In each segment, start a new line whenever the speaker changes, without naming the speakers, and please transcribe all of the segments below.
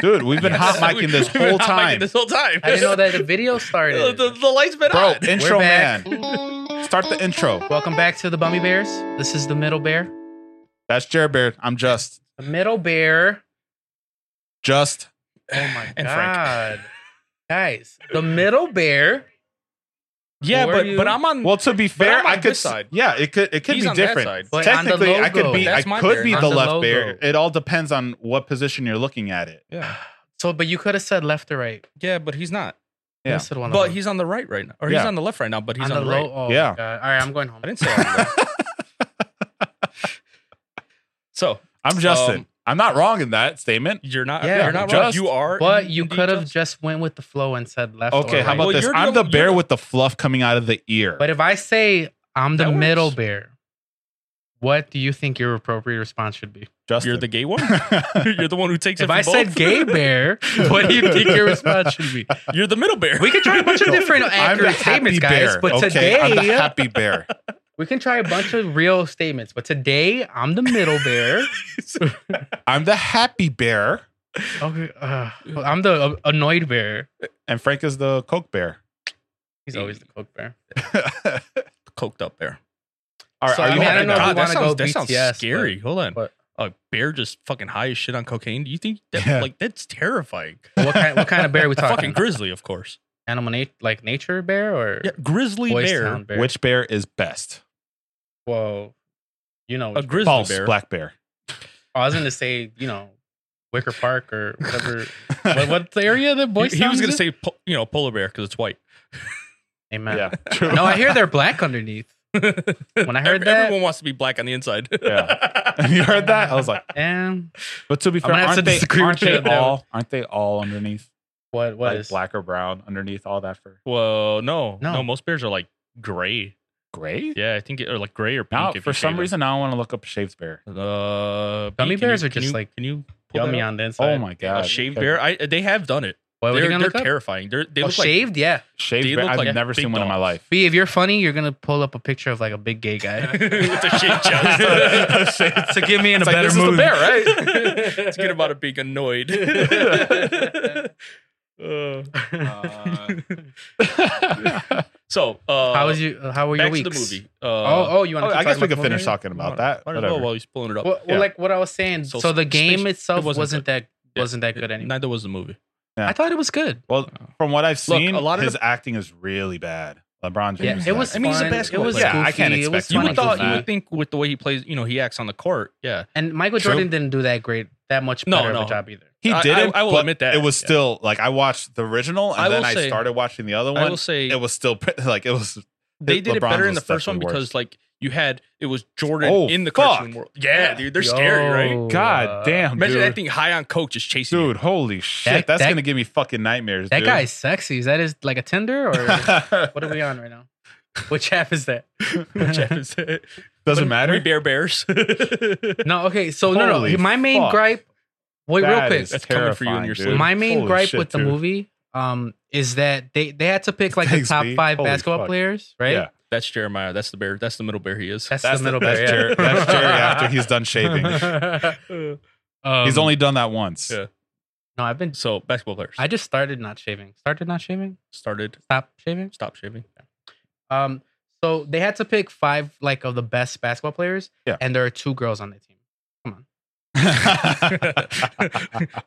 Dude, we've been hot micing this
We've been
whole
hot micing
time.
This whole time.
I didn't know that the video
the,
started.
the, the light's been
Bro,
on.
intro
We're back.
man. Start the intro.
Welcome back to the Bummy Bears. This is the Middle Bear.
That's Jared Baird. I'm just
The Middle Bear.
just
Oh my
And Frank.
god, guys! The Middle Bear.
Yeah,
Were
but
you-
but I'm on.
Well, to be fair,
I'm on
I could
this side.
Yeah, it could it could
He's
be
on that
different.
side.
But on the
Technically, I could
logo.
be
That's
I
my
could
bear.
be
On
the
the
left
logo.
bear. It all depends on what position you're looking at it.
yeah,
So, but you could have said left or right.
yeah, but he's not.
You
Yeah.
said one of
But
them.
he's on the right right now, or he's
Yeah.
on the left right now. But he's on, the,
low.
right.
Oh my
Yeah.
God. All right, I'm going home.
I didn't say. on the left. so
I'm Justin.
Um,
I'm not wrong in that statement.
You're not.
Yeah,
you're not
just-
wrong. You are.
But
in-
you
indeed
could have
just-
just went with the flow and said left.
Okay,
or
how
right.
about
Well,
this?
you're
I'm
the-
the bear
you're-
with the fluff coming out of the ear.
But if I say I'm the
That works.
Middle Bear, what do you think your appropriate response should be?
Justin.
You're the gay one. you're the one who takes. it
If
for
I said
both?
gay bear, what do you think your response should be?
you're the middle bear.
We could try a bunch of different
I'm the
accurate
happy
statements, guys.
bear.
But
okay,
today,
I'm the happy bear.
we can try a bunch of real statements. But today, I'm the middle bear.
I'm the happy bear,
okay, uh, I'm the uh, annoyed bear.
and Frank is the Coke bear.
He's always the coke bear.
coked up bear.
All right,
So,
are
I
you
mean, I
happy
don't know if
now?
we
that
wanna
sounds,
go
that sounds
BTS,
scary. Hold on.
but-
a bear just fucking high as shit on cocaine. Do you think that
Yeah.
like that's terrifying?
What kind? What kind of bear are we
Fucking
talking? about?
grizzly, of course.
Animal nat- like nature bear or
Yeah, grizzly
Boys
bear.
Town bear?
Which bear is best?
whoa, you
A
know, which
grizzly
False.
bear.
Black bear.
I was gonna say, you know, Wicker Park or whatever. what, what's the area that boys?
he, he was gonna
in?
say po- you know polar bear because it's white.
Amen.
yeah. True.
No, I hear they're black underneath. When I heard
Ev-
that-
everyone wants to be black on the inside.
Yeah. you heard that? I was like,
And
but to be fair,
gonna have
aren't,
to
they,
disagree
aren't
with
they
you on that
all? Aren't they all underneath?
what? What
Like
is
black or brown underneath all that fur?
Well, no, no,
No.
Most bears are like gray.
Gray?
Yeah, I think it, or like gray or pink.
Now,
if you
for some
shave
reason, now I want to look up shaved bear.
it. uh, B,
Gummy
can you-
bears are
can
just,
you-
like,
can you pull that
Yummy
up?
on the inside.
Oh my god,
a shaved bear? I they have done it.
What, what are you
they're
gonna
they're
look up?
terrifying. They're they
oh,
look like
shaved, yeah.
Shaved
They
bear.
look
I've
like
never
big
seen one in my
dogs.
life.
B, if you're funny, you're gonna pull up a picture of like a big gay guy
with a shaved chest.
to get me in
It's like, this is the bear, right?
Let's get about it being annoyed. Uh, so, uh,
How was you? How were your
back
weeks?
to the movie? Uh,
Oh, oh, you want?
Oh,
to
I guess we
about
could finish
the movie?
talking about that.
Might as well
Whatever.
while he's pulling it up.
Well, well,
Yeah.
like what I was saying.
So
So, the
space-
game itself
it wasn't
wasn't, that
Yeah.
wasn't that good anymore.
Neither was the movie.
Yeah.
I thought it was good.
Well, from what I've
Look,
seen,
a lot of
his acting is really bad. LeBron
Yeah,
James.
it was.
I mean, he's a
fun,
basketball
It was
player.
Yeah, I
goofy,
can't
it was
expect
You
Fine,
would
funny,
thought,
good
you
goofy.
man.
would think with the way he plays, you know, he acts on the court. Yeah,
And Michael
True.
Jordan didn't do that great, that much
No,
better of
no.
a job either.
He
I- I-
did it.
I will
but
admit that,
it was
yeah.
still like I watched the original, and
I
then
will
I
say-
started watching the other
I
one.
will say
It was still pre- like it was.
they did it
LeBron's
better in the
was
first one
definitely worse.
because, like, you had it was Jordan
Oh,
in the
fuck.
cartoon world. Yeah, dude, they're scary, right?
Yo, uh,
God damn,
Imagine
dude.
that thing high on coke just chasing you.
Dude, holy shit!
That-
That's
that-
gonna give me fucking nightmares.
That
dude.
guy's sexy. Is that is like a Tinder or what are we on right now? Which app is that?
Which happens-
doesn't
We
matter.
bear bears.
No, okay. So no, no.
Holy
My main
fuck.
gripe. Wait, real
That
quick.
is
That's coming for you in
terrifying,
your
dude.
sleep.
My main
Holy
gripe
shit,
with the
dude.
movie um, is that they, they had to pick like
Thanks,
the top
B.
five
Holy
basketball
fuck.
players, right?
Yeah.
That's Jeremiah. That's the bear. That's the middle bear he is.
That's,
That's
the middle
that's Jerry,
player.
that's Jerry after he's done shaving.
shaving. um,
he's only done that once.
yeah.
no. I've been.
So basketball players.
I just started not shaving. Started not shaving.
started.
Stop shaving.
Stop shaving.
Um, so they had to pick five like of the best basketball players.
Yeah.
And there are two girls on the team.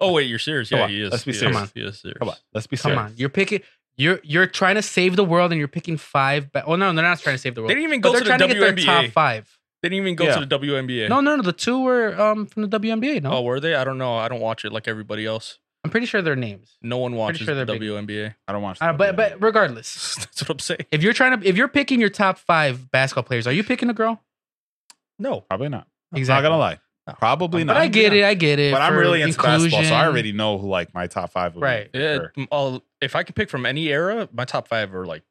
oh wait, you're serious.
Come
Yeah,
on,
he is.
let's be
He
serious.
is. He is serious.
Come on, let's be
Come
serious.
on, you're picking. You're you're trying to save the world, and you're picking five. Ba- oh no, they're not trying to save the
They
world.
didn't even
But
go
they're
to the
trying to get their
WNBA.
top five.
They didn't even go
Yeah.
to the WNBA.
No, no, no. The two were um from the WNBA. No,
Oh, were they? I don't know. I don't watch it like everybody else.
I'm pretty sure their names.
No one watches
sure
the
they're big.
WNBA.
I don't watch.
Uh,
the
but
video.
but regardless,
That's what I'm saying.
if you're trying to if you're picking your top five basketball players, are you picking a girl?
No.
probably not.
Exactly.
Not gonna lie,
No.
probably
But
not.
I get it. I get it.
But I'm
for
really into basketball, so I
inclusion.
already know who like my top five. Would
Right.
Be,
Yeah,
Sure.
m- all- if I could pick from any era, my top five are like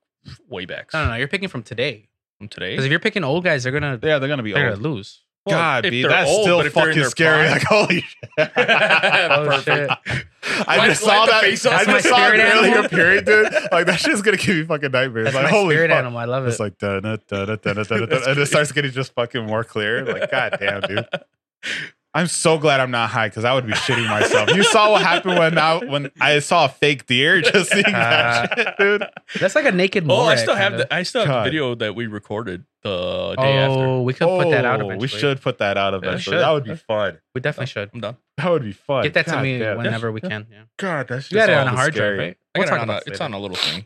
way back
No, no, no. You're picking from today.
from
Because
today.
if you're picking old guys, they're gonna
Yeah, they're gonna be
they're
old.
gonna lose.
Well,
God,
if
B,
they're
that's
old,
still
but if they're in
fucking
their
scary.
prime.
Like, holy shit.
Oh,
I
shit.
Wipe-
just saw
wipe
that.
the
I
face off.
That's
just
my
saw it
spirit
earlier,
animal.
period, dude. Like, that shit's gonna give me fucking nightmares.
That's
like,
my
holy
spirit
fuck.
animal. I love it.
It's like, da da da da da da da, and it starts getting just fucking more clear. Like, god damn, dude. I'm so glad I'm not high because I would be shitting myself. You saw what happened when I when I saw a fake deer just seeing
Uh,
that shit, dude.
That's like a naked.
Oh, I
Morat
still have
kinda.
the I still have
God.
the video that we recorded the
Oh,
day after.
we could put that out.
Oh,
Eventually.
We should put that out
we
eventually.
should.
that would be fun.
We definitely should.
I'm done.
That would be fun.
Get that to
God
me
damn.
whenever we
yeah.
can. Yeah.
God, that's
You got it on a
awful
hard
scary.
drive, right?
I
We'll
got it
talk
on a,
about this
it's
later.
on a little thing.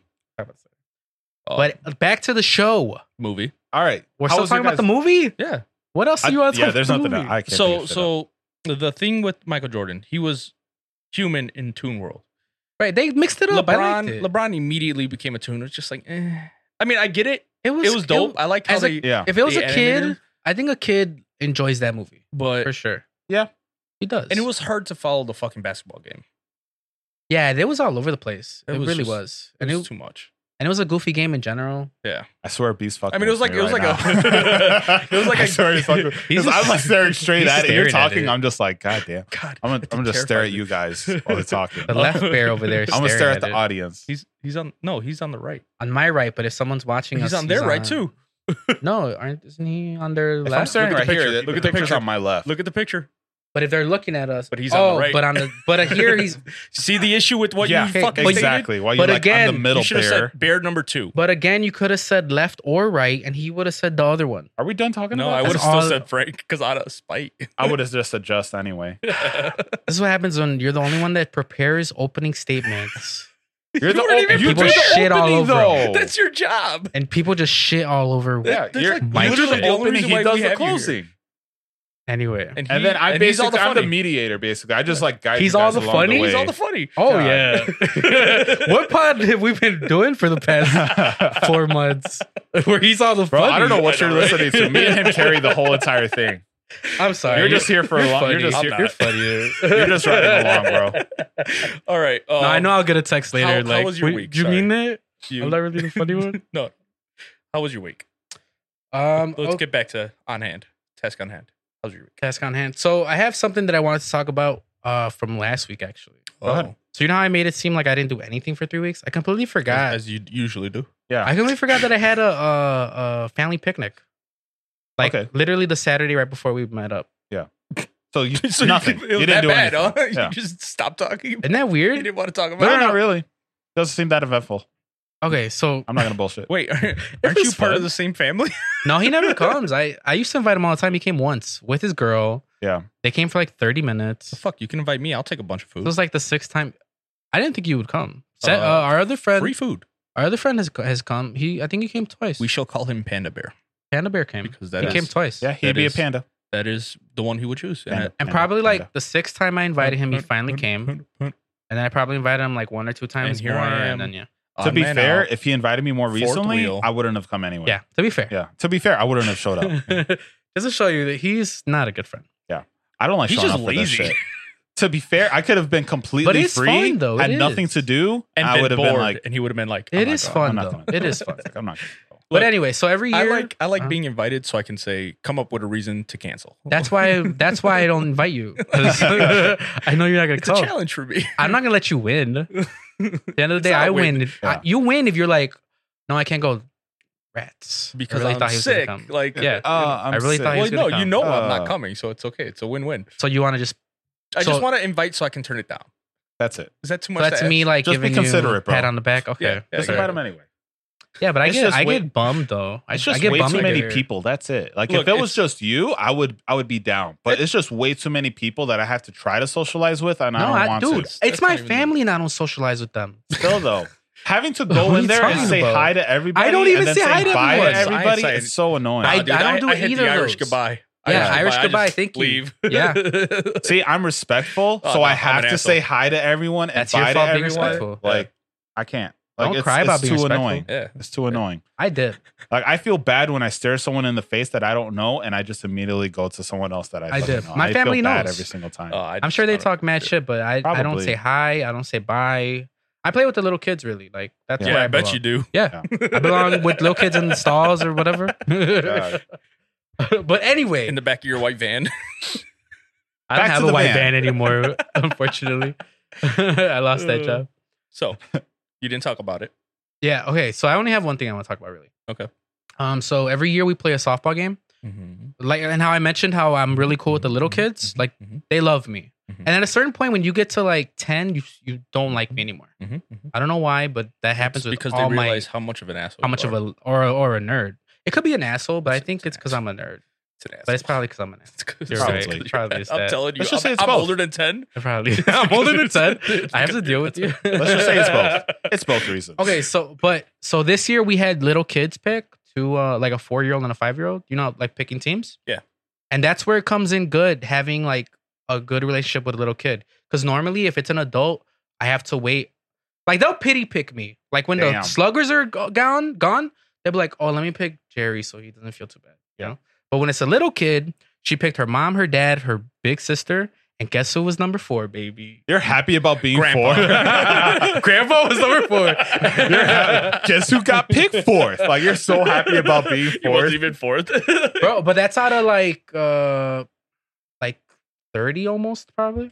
Uh,
But back to the show.
movie.
All right,
We're
How
still
was your
talking about the
guys-
movie.
Yeah.
What else do you want to
I, yeah,
talk
there's
about the
nothing. that
movie?
I can
So so the thing with Michael Jordan, he was human in Toon World.
right, they mixed it up. I liked
LeBron
it.
LeBron immediately became a tuner. It's just like, eh. I mean, I get it.
it
It was dope. I like how
as a-
they,
yeah,
if it was
They
a kid,
animated?
I think a kid enjoys that movie
but
for sure.
Yeah.
he does.
and it was hard to follow the fucking basketball game.
yeah, it was all over the place. It,
It was
really
just-
was,
It
and
was
it
too much.
and it was a goofy game in general.
I swear, beast fucking.
I mean, it was
with
like-
me
it was
right
like
now.
a- it was like
I
a-
swear he's fucking.
he's
Because I'm like
just-
staring straight
he's
at it. You're
staring at
talking.
it.
I'm just like, God damn.
God,
I'm gonna, I'm gonna stare at you guys while they're talking.
The left bear over there.
I'm gonna stare at the
it.
audience.
He's he's on no, he's on the right.
on my right, but if someone's watching,
He's
us,
on their right too.
No, aren't isn't he on their
If I'm
left?
staring
Look at
right
the
here,
picture.
look at the pictures on my left.
Look at the picture.
but if they're looking at us,
But he's on the
oh,
right.
But on the but uh, here he's
See the issue with what
yeah,
you fucking exactly.
exactly. Why you
but
like I'm
again,
the middle
You should have
bear?
said bear number two.
but again you could have said left or right, and he would have said the other one.
Are we done talking?
No,
about
I
this?
would have
would've-
still
all-
said Frank because out of spite.
I would have just adjust anyway.
you
This is what happens when you're the only one that prepares opening statements,
You're the
weren't
op-
even
you
People
did the
shit all
opening,
over
though.
him.
That's your job.
and people just shit all over.
yeah,
That's
you're
like
you do
literally
the
only
the
opening.
reason
He
why
does
we
the
have you here.
closing,
Anyway,
and then I
he's all
basically I'm the
funny.
mediator. Basically, I just like guide.
He's
you
all
guys
the
along the
funny?
He's all
way.
the funny.
oh
God.
yeah, what pod have we been doing for the past four months? Where he's all the
Bro,
funny.
I don't know what you're
I know, right?
listening to. Me and him carry the whole entire thing.
I'm sorry.
you're just here for a
you're
long. You're
funny.
just
I'm
here-
not.
you're
funny.
You're just running along, bro.
all right. Um,
No, I know I'll get a text later.
how- how
like,
was your
"Wait,
week?
You
Sorry.
mean that?
You,
I'm not really the funny one.
no. How was your week?
Um,
Let's
okay,
get back to on hand. Task on hand. How's your week?
task on hand. So I have something that I wanted to talk about uh, from last week, actually.
Go
Oh,
ahead.
So you know how I made it seem like I didn't do anything for three weeks? I completely forgot.
As, as you usually do.
I completely forgot that I had a, a, a family picnic. Like
Okay.
literally the Saturday right before we met up.
So you
So you
nothing.
did-
You,
It was
didn't
that
do
bad,
anything.
huh?
Yeah.
You just stopped talking. You
Isn't that weird?
didn't want to talk about
Oh, No,
it.
not really. Doesn't seem that eventful.
Okay, so
I'm not gonna bullshit.
Wait, aren't
It
aren't you
was
part
fun.
of the same family?
no, he never comes. I I used to invite him all the time. He came once with his girl.
Yeah.
they came for like thirty minutes.
Fuck, you can invite me. I'll take a bunch of
It
food.
was like the sixth time. I didn't think you would come. Sa-
Uh,
uh, our other friend,
Free food.
our other friend has has come. He, I think he came twice.
We shall call him Panda Bear
Panda Bear came.
because that
he
is
came twice.
Yeah, he'd
That
be
is-
a panda.
that is the one he would choose.
Panda,
And
And
panda,
probably like
panda.
the sixth time I invited him, he finally came. And then I probably invited him like one or two times
here
more.
I am.
And then yeah,
To
Odd
be
Oh, man
fair,
out.
if he invited me more
Fourth
recently,
wheel.
I wouldn't have come anyway.
yeah. To be fair,
Yeah. To be fair, I wouldn't have showed up.
just to show you that he's not a good friend.
I don't like
He's
showing
just
up for this
lazy.
shit. To be fair, I could have been completely
But it's
free,
fun, though.
had
It is.
nothing to do, and
and
I
been
would have been
bored,
like,
and he would have been like, "Oh
It
"I'm
is
not
fun
I'm not
though.
doing
It is fun.
like, I'm not.
but anyway, so every
I
year
like I like
Huh?
being invited so I can say come up with a reason to cancel.
That's why. That's why I don't invite you. 'Cause I know you're not gonna
it's a
come.
challenge for me.
I'm not gonna let you win. At the end of the day,
not a
I
win.
win. If- I-
Yeah.
you win if you're like, no, I can't go. Rats. I
because
really
I'm
thought he was gonna
sick.
come.
Like
Yeah.
Uh, I'm
Oh, I really
sick.
thought he
Well,
was gonna
no, you
come.
know I'm
Uh,
not coming, so it's okay. It's a win-win.
so you want to just?
I
so-
just want to invite so I can turn it down.
That's it.
Is that too
So
much?
that's
to
me
ask?
like
Just be
giving you a
considerate, bro.
pat on the back. Okay.
Yeah, yeah,
Just
yeah.
invite him anyway.
Yeah, but I
It's
get
just
I
way-
get bummed though. I,
It's
I
just
get
way
bummed
too many
here.
people. That's it. Like
Look,
if it was
it's-
just you, I would I would be down. But it's just way too many people that I have to try to socialize with, and I
No,
don't
I,
want
dude,
to.
it's
That's
my
not even-
family, and I don't socialize with them.
Still though, having to
What
go
are
in
you
there and
talking
say
about?
hi to everybody,
don't
and
even
then
say hi to
bye
everyone.
I ain't
everybody.
saying-
It's so annoying.
I-
Nah, dude,
I don't do
I, hit
either
the
of
Irish
those.
goodbye.
Yeah, Irish
I
goodbye,
just
thank you.
Leave.
Yeah.
See, I'm respectful,
Oh,
so
no,
I
I'm
have
an
to
asshole.
say hi to everyone and
That's your
bye to
fault being
everyone.
respectful.
Like I can't. Like,
Don't
it's,
cry about
it's
being
too
respectful.
annoying.
yeah.
It's too annoying.
I did.
Like I feel bad when I stare someone in the face that I don't know, and I just immediately go to someone else that I,
I
fucking
did.
Know.
My
I feel
family
bad
knows.
every single time.
Uh, I
I'm sure they
just- I
talk mad shit, but I, I don't
Probably.
say hi. I don't say bye. I play with the little kids really. Like that's
don't-
where
Yeah,
I,
I bet
belong.
you do.
Yeah. I belong with little kids in the stalls or whatever.
God.
but anyway,
in the back of your white van.
I don't
Back
have
to
a
the
white
van.
van anymore, unfortunately. I lost that
Uh.
job.
So you didn't talk about it.
Yeah. Okay. So I only have one thing I want to talk about really.
Okay.
Um. So every year we play a softball game,
Mhm.
Like and how I mentioned how I'm really cool with the little kids, like
Mhm.
they love me.
Mhm.
And at a certain point, when you get to like ten, you you don't like me anymore.
Mhm. Mhm.
I don't know why, but that happens
It's
with
because they
all my
realize how much of an asshole.
how much of a or a, or a nerd. It could be an asshole, but I
It's-
think
it's
it's
an
because I'm a nerd.
today.
But it's probably because I'm an asshole. You're
Probably.
right. It Probably is
I'm
that.
telling you,
Let's just say
I'm,
it's
I'm
both.
older than ten.
It Probably. is. I'm older than ten. I have to deal with you.
Let's just say it's both. It's both reasons.
Okay, so but so this year we had little kids pick two, uh, like a four year old and a five year old. You know, like picking teams.
Yeah.
and that's where it comes in good having like a good relationship with a little kid. Because normally, if it's an adult, I have to wait. Like they'll pity pick me. Like when the
Damn.
sluggers are go- gone, gone, they'll be like, "Oh, let me pick Jerry so he doesn't feel too bad." You know. But when it's a little kid, she picked her mom, her dad, her big sister, and guess who was number four, baby?
You're happy about being four.
Grandpa was number four.
You're ha- Guess who got picked fourth? Like you're so happy about being
You wasn't
fourth.
even fourth.
bro but that's out of like uh like 30 almost probably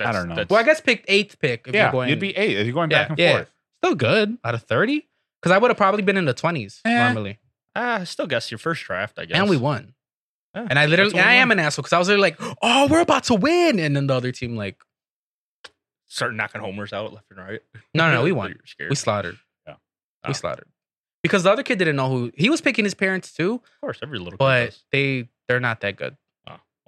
I don't know.
That's-
well i guess picked eighth pick if you're
Yeah,
going
you'd be eight. If you're going
Yeah,
back and
yeah.
forth.
still good out of 30 because i would have probably been in the 20s
Eh.
normally
ah, I still guess your first draft. I guess.
and we won
Yeah,
and i literally
that's what
and i
we
am an asshole because i was there like oh we're about to win and then the other team like
start knocking homers out left and right.
no no no we won
You're scared.
we slaughtered
Yeah.
we slaughtered because the other kid didn't know who he was picking his parents too
of course, every little. kid
but
does.
they they're not that good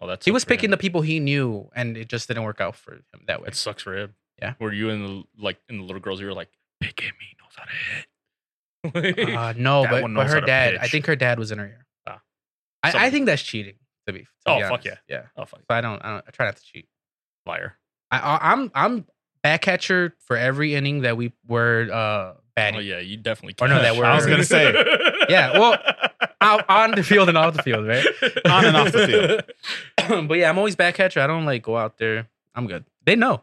well, that's
he was picking the people he knew and it just didn't work out for him that way
It sucks for him.
Yeah.
Were you in the like in the little girls? You were like, pick him. He knows how to hit. Like,
Uh, no,
That
but,
one
but
knows
her
how to
dad.
pitch.
I think her dad was in her ear.
Ah.
I, I
Some-
think that's cheating. To be, to
Oh,
be
fuck
honest.
yeah.
yeah.
oh fuck,
So I don't, I don't. I try not to cheat.
liar.
I, I I'm I'm back catcher for every inning that we were uh batting.
Oh yeah, you definitely.
Or no, that were-
I was gonna say.
Yeah, well, Out- on the field and off the field, right?
On and off the field.
but yeah, I'm always back catcher. I don't like go out there. I'm good. They know.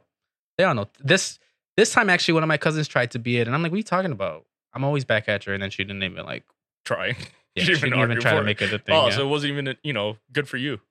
They all know. This this time actually, one of my cousins tried to be it, and I'm like, "What are you talking about? I'm always back catcher." And then she didn't even like.
Trying.
Yeah,
She didn't
she didn't
argue
even try
for
to
it.
make it a thing.
Oh,
yeah.
so it wasn't even you know good for you.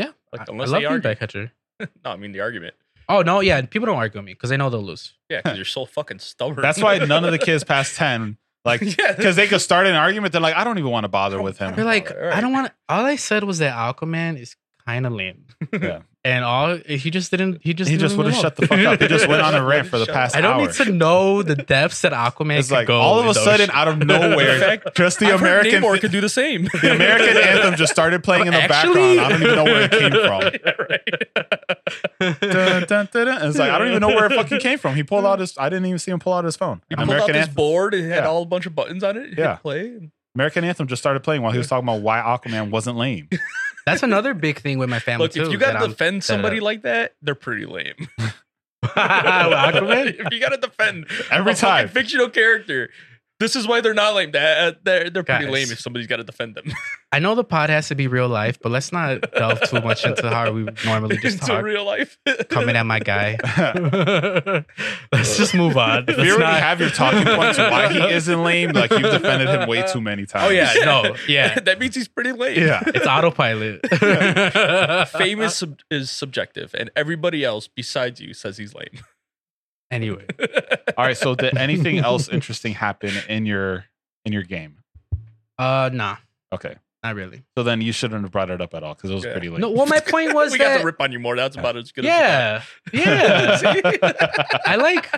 Yeah.
Like
I, I
unless
love
they
being
argue.
back catcher.
No, I mean the argument.
Oh no, yeah, people don't argue with me because they know they'll lose.
Yeah, because you're so fucking stubborn.
That's why none of the kids past ten. Like
yeah,
because they could start an argument. They're like, I don't even want to bother with
They're
him.
like,
All Oh, right.
I don't want. to All I said was that Aquaman is kind of lame.
Yeah.
And all he just didn't. He just
He
didn't
just would have
know.
shut the fuck up. He just went on a rant for the
Shut
past
I don't
hour.
need to know the depths that Aquaman
It's
could
like
go
all of
with
a
those
sudden,
shit.
out of nowhere,
fact,
just the
I've heard
American
Namor could do the same.
the American anthem just started playing in the
Actually-
background. I don't even know where it came from.
Yeah, right.
Dun, dun, dun, dun. It's like I don't even know where it fucking came from. He pulled out his. I didn't even see him pull out his phone.
He
An
pulled out
American
this
anthem.
board. It had
Yeah.
all a bunch of buttons on it. Hit
Yeah.
play. and-
American anthem just started playing while he was talking about why Aquaman wasn't lame.
that's another big thing with my family
Look,
too.
if you got
that
to
I'm-
defend
set it
somebody
up.
like that, they're pretty lame.
Aquaman?
if you got to defend
Every
a fucking
time.
fictional character, this is why they're not lame. That- They're they're pretty
Guys.
lame if somebody's got to defend them.
I know the pod has to be real life, but let's not delve too much into how we normally just
Into
talk.
real life.
Coming at my guy.
if
let's just move on.
you
Let's
already
not-
have your talking points why he isn't lame, like you've defended him way too many times.
Oh yeah, no, yeah.
that means he's pretty lame.
Yeah.
It's autopilot.
Famous sub- is subjective, and everybody else besides you says he's lame.
Anyway,
All right. So did anything else interesting happen in your in your game?
uh, nah,
Okay.
not really.
So then you shouldn't have brought it up at all because it was
Yeah.
pretty lame.
No, well, my point was
we got
that
to rip on you more. That's about as good.
yeah, yeah.
as we got.
I like.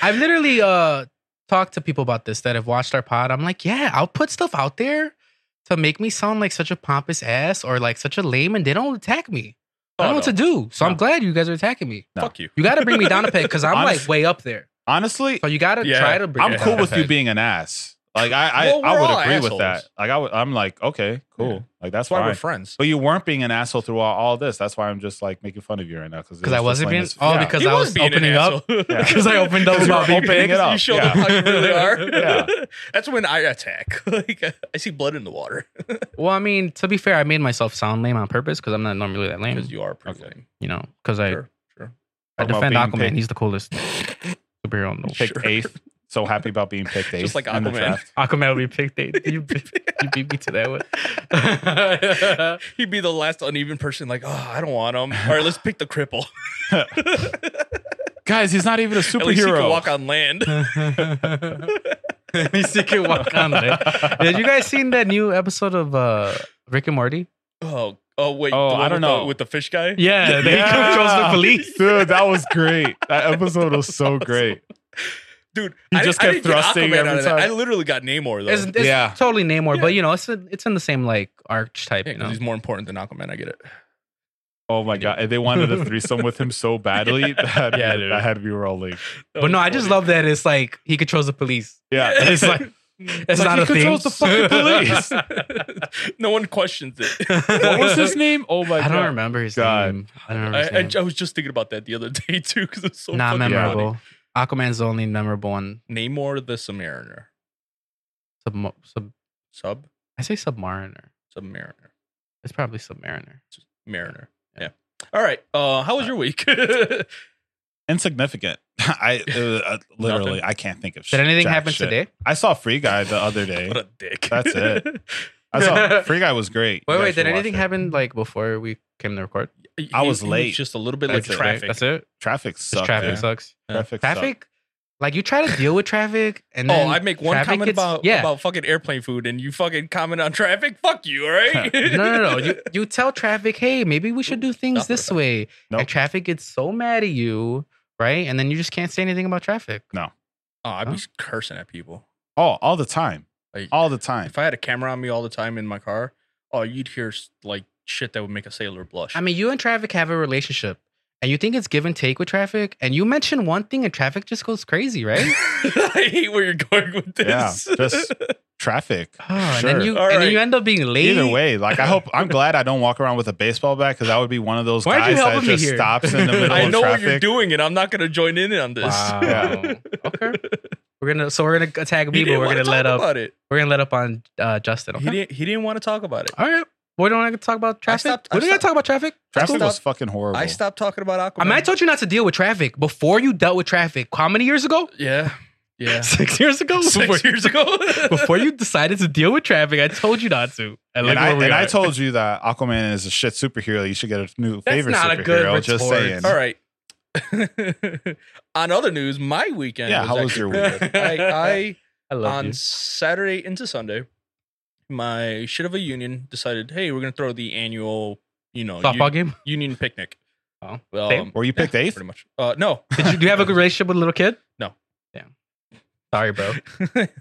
I've literally uh talked to people about this that have watched our pod. I'm like, yeah, I'll put stuff out there to make me sound like such a pompous ass or like such a lame, and they don't attack me. I don't know
Oh,
what to do. So I'm
No.
glad you guys are attacking me.
No.
Fuck you.
You got to bring me down a peg because I'm
Honest-
like way up there.
Honestly,
So you got to
Yeah.
try to bring.
I'm
me
cool
down a
with you
peg.
being an ass. Like I, I,
Well,
I
we're all
would agree with
assholes.
that. Like I would, I'm like, okay, cool.
Yeah.
Like that's
That's why
fine.
we're friends.
but you weren't being an asshole throughout all this. That's why I'm just like making fun of you right now because
'Cause I wasn't being- oh, because I was opening up.
Yeah.
because I opened up
Because you were
about being
opening
pigs.
it up.
You showed
Yeah.
them how you really are.
Yeah.
That's when I attack. Like I see blood in the water
Well, I mean, to be fair, I made myself sound lame on purpose because I'm not normally that lame.
because
You,
you are pretty
Okay.
lame.
know, because I
Sure, sure.
I
Talking about
defend Aquaman.
being picked-
He's the coolest superhero in the world.
picked
Sure.
eighth. So happy about being picked eighth.
Just like
in the
Aquaman.
draft.
Aquaman will be picked eight. You, you beat me to that one.
He'd be the last uneven person. Like, oh, I don't want him. All right, let's pick the cripple.
Guys, he's not even a
At least he can
superhero.
walk on land.
At least you can walk on it. Have you guys seen that new episode of uh, Rick and Morty?
Oh, oh wait.
Oh,
the one
I don't
with the-
know.
with the fish guy.
Yeah,
they- he controls the police. Dude, that was great. That episode was so great.
dude.
He
I
just
didn't- I
kept
didn't get
thrusting
Aquaman
every
out of that.
time.
I literally got Namor though.
It's, it's
Yeah.
totally Namor,
Yeah.
but you know, it's it's in the same like archetype,
Yeah,
you
'cause
know.
he's more important than Aquaman. I get it.
Oh my god! And they wanted a threesome with him so badly that
Yeah, dude.
that had me rolling.
That
But no,
was
I just
funny.
love that it's like he controls the police.
Yeah,
Oh,
it's like
It's
like
not
he
a thing. Oh
controls the fucking police.
no one questions it.
what was his name? Oh my
I
god!
don't remember his
God.
name. I don't remember
I,
his
I,
name.
I was just thinking about that the other day too because it's so
Not
fucking funny.
memorable. Aquaman's the only memorable one.
Namor the Submariner.
Sub, sub,
Sub
I say Submariner.
Submariner.
It's probably Submariner.
Mariner. Yeah. All right. Uh, how was your week? Did
Insignificant. I uh, uh, literally, I can't think of.
Did anything
jack
happen
shit.
today?
I saw Free Guy the other day.
What a dick.
That's it. I saw Free Guy was great. You
Wait,
guys
wait.
should
Did
watch
anything
it.
happen like before we came to record?
I was
He- he
late.
just a little bit like
That's it, right?
traffic.
That's it.
Traffic
Just
sucked.
traffic
Traffic.
sucks.
Traffic. Traffic.
Traffic. Like you try to deal with traffic, and
Oh,
then
I make one
traffic
comment
gets-
about
yeah.
about fucking airplane food, and you fucking comment on traffic. Fuck you, all right?
no, no, no. You, you tell traffic, hey, maybe we should do things
Nothing
this
about
way.
Nope.
And traffic gets so mad at you, right? And then you just can't say anything about traffic.
oh, I'd be
Huh?
cursing at people.
Oh, all the time.
Like,
All the time.
if I had a camera on me all the time in my car, oh, you'd hear s- like shit that would make a sailor blush.
I mean, you and traffic have a relationship, and you think it's give and take with traffic, and you mention one thing, and traffic just goes crazy, right?
I hate where you're going with
Yeah,
this.
just- Traffic.
Oh, and
Sure.
then you
All
and then
right.
you end up being late.
Either way, like I hope I'm glad I don't walk around with a baseball bat because I would be one of those
Why are you
guys that
helping me
just
here?
stops in the middle
I
of
know what
traffic.
you're doing, and I'm not going to join in on this.
Wow.
Yeah.
okay. We're gonna so we're gonna attack
He
me, but
didn't
we're
wanna
gonna let
talk
up.
about it.
We're gonna let up on uh, Justin.
He
Okay?
didn't. He didn't want to talk about it.
All right. We don't want to talk about traffic.
stopped- I
we don't gotta
stopped-
talk about traffic. That's
Traffic
cool.
was fucking horrible.
I stopped talking about Aquaman.
I mean, I told you not to deal with traffic before you dealt with traffic. How many years ago?
Yeah, yeah.
Six years ago.
Six
Before-
years ago.
Before you decided to deal with traffic, I told you not to. And,
and I,
where we
and I
are.
told you that Aquaman is a shit superhero. You should get a new
That's
favorite
not a good
superhero. Just
retort.
saying.
All right. on other news, my weekend.
Yeah,
was
how was your
actually-
weekend?
I,
I
I
love
on
you.
Saturday into Sunday, my shit of a union decided, hey, we're gonna throw the annual, you know,
Softball game.
u- union picnic.
Oh,
well,
same.
Were you
yeah,
picked eighth?
Pretty much. Uh, no,
Did you, do you have a good relationship with a little kid?
No.
Yeah. Sorry, bro.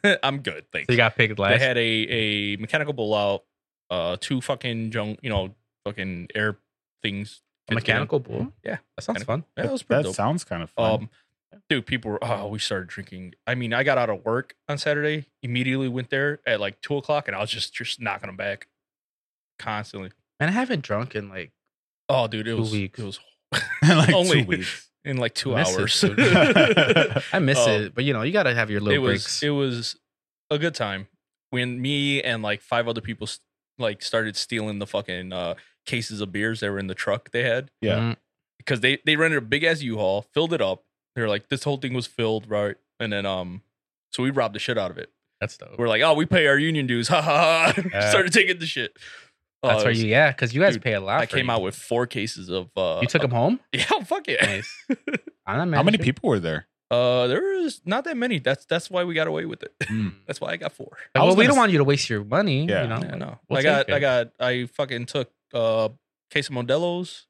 So
I'm good. Thanks.
you got picked
they
last.
had a a mechanical blowout, uh, two fucking junk, you know, fucking air things.
A mechanical bull.
Yeah,
that sounds fun.
Yeah, that was pretty
That
dope.
sounds kind of fun.
Um, dude, people were. Oh, we started drinking. I mean, I got out of work on Saturday, immediately went there at like two o'clock, and I was just just knocking them back constantly.
And I haven't drunk in like
Oh, dude, it
Two
was
weeks.
it was
like
only-
two weeks.
in like two
Miss it,
hours.
dude.
it
I miss
Oh.
it, but you know you gotta have your little
was
breaks.
it was a good time when me and like five other people s- like started stealing the fucking uh, cases of beers that were in the truck they had.
yeah.
Mm.
because they they rented a big ass U-Haul, filled it up. They were like, this whole thing was filled, right? And then um, so we robbed the shit out of it.
that's dope.
We're like, oh, we pay our union dues, ha ha ha.
Yeah.
Started taking the shit. Oh,
That's
it
where
was-
you yeah, because you guys
Dude,
pay a lot.
I
for
came
it.
out with four cases of uh.
You took them home.
Yeah, fuck it.
Nice. I'm not mad
How
at
many
you.
people were there?
Uh, there was not that many. That's that's why we got away with it.
Hmm.
That's why I got four.
Like,
I was
well, we
gonna
don't
s-
want you to waste your money.
Yeah.
You know?
Yeah, no,
Oh, we'll
I got
take
I
it.
got I fucking took uh case of Modelo's,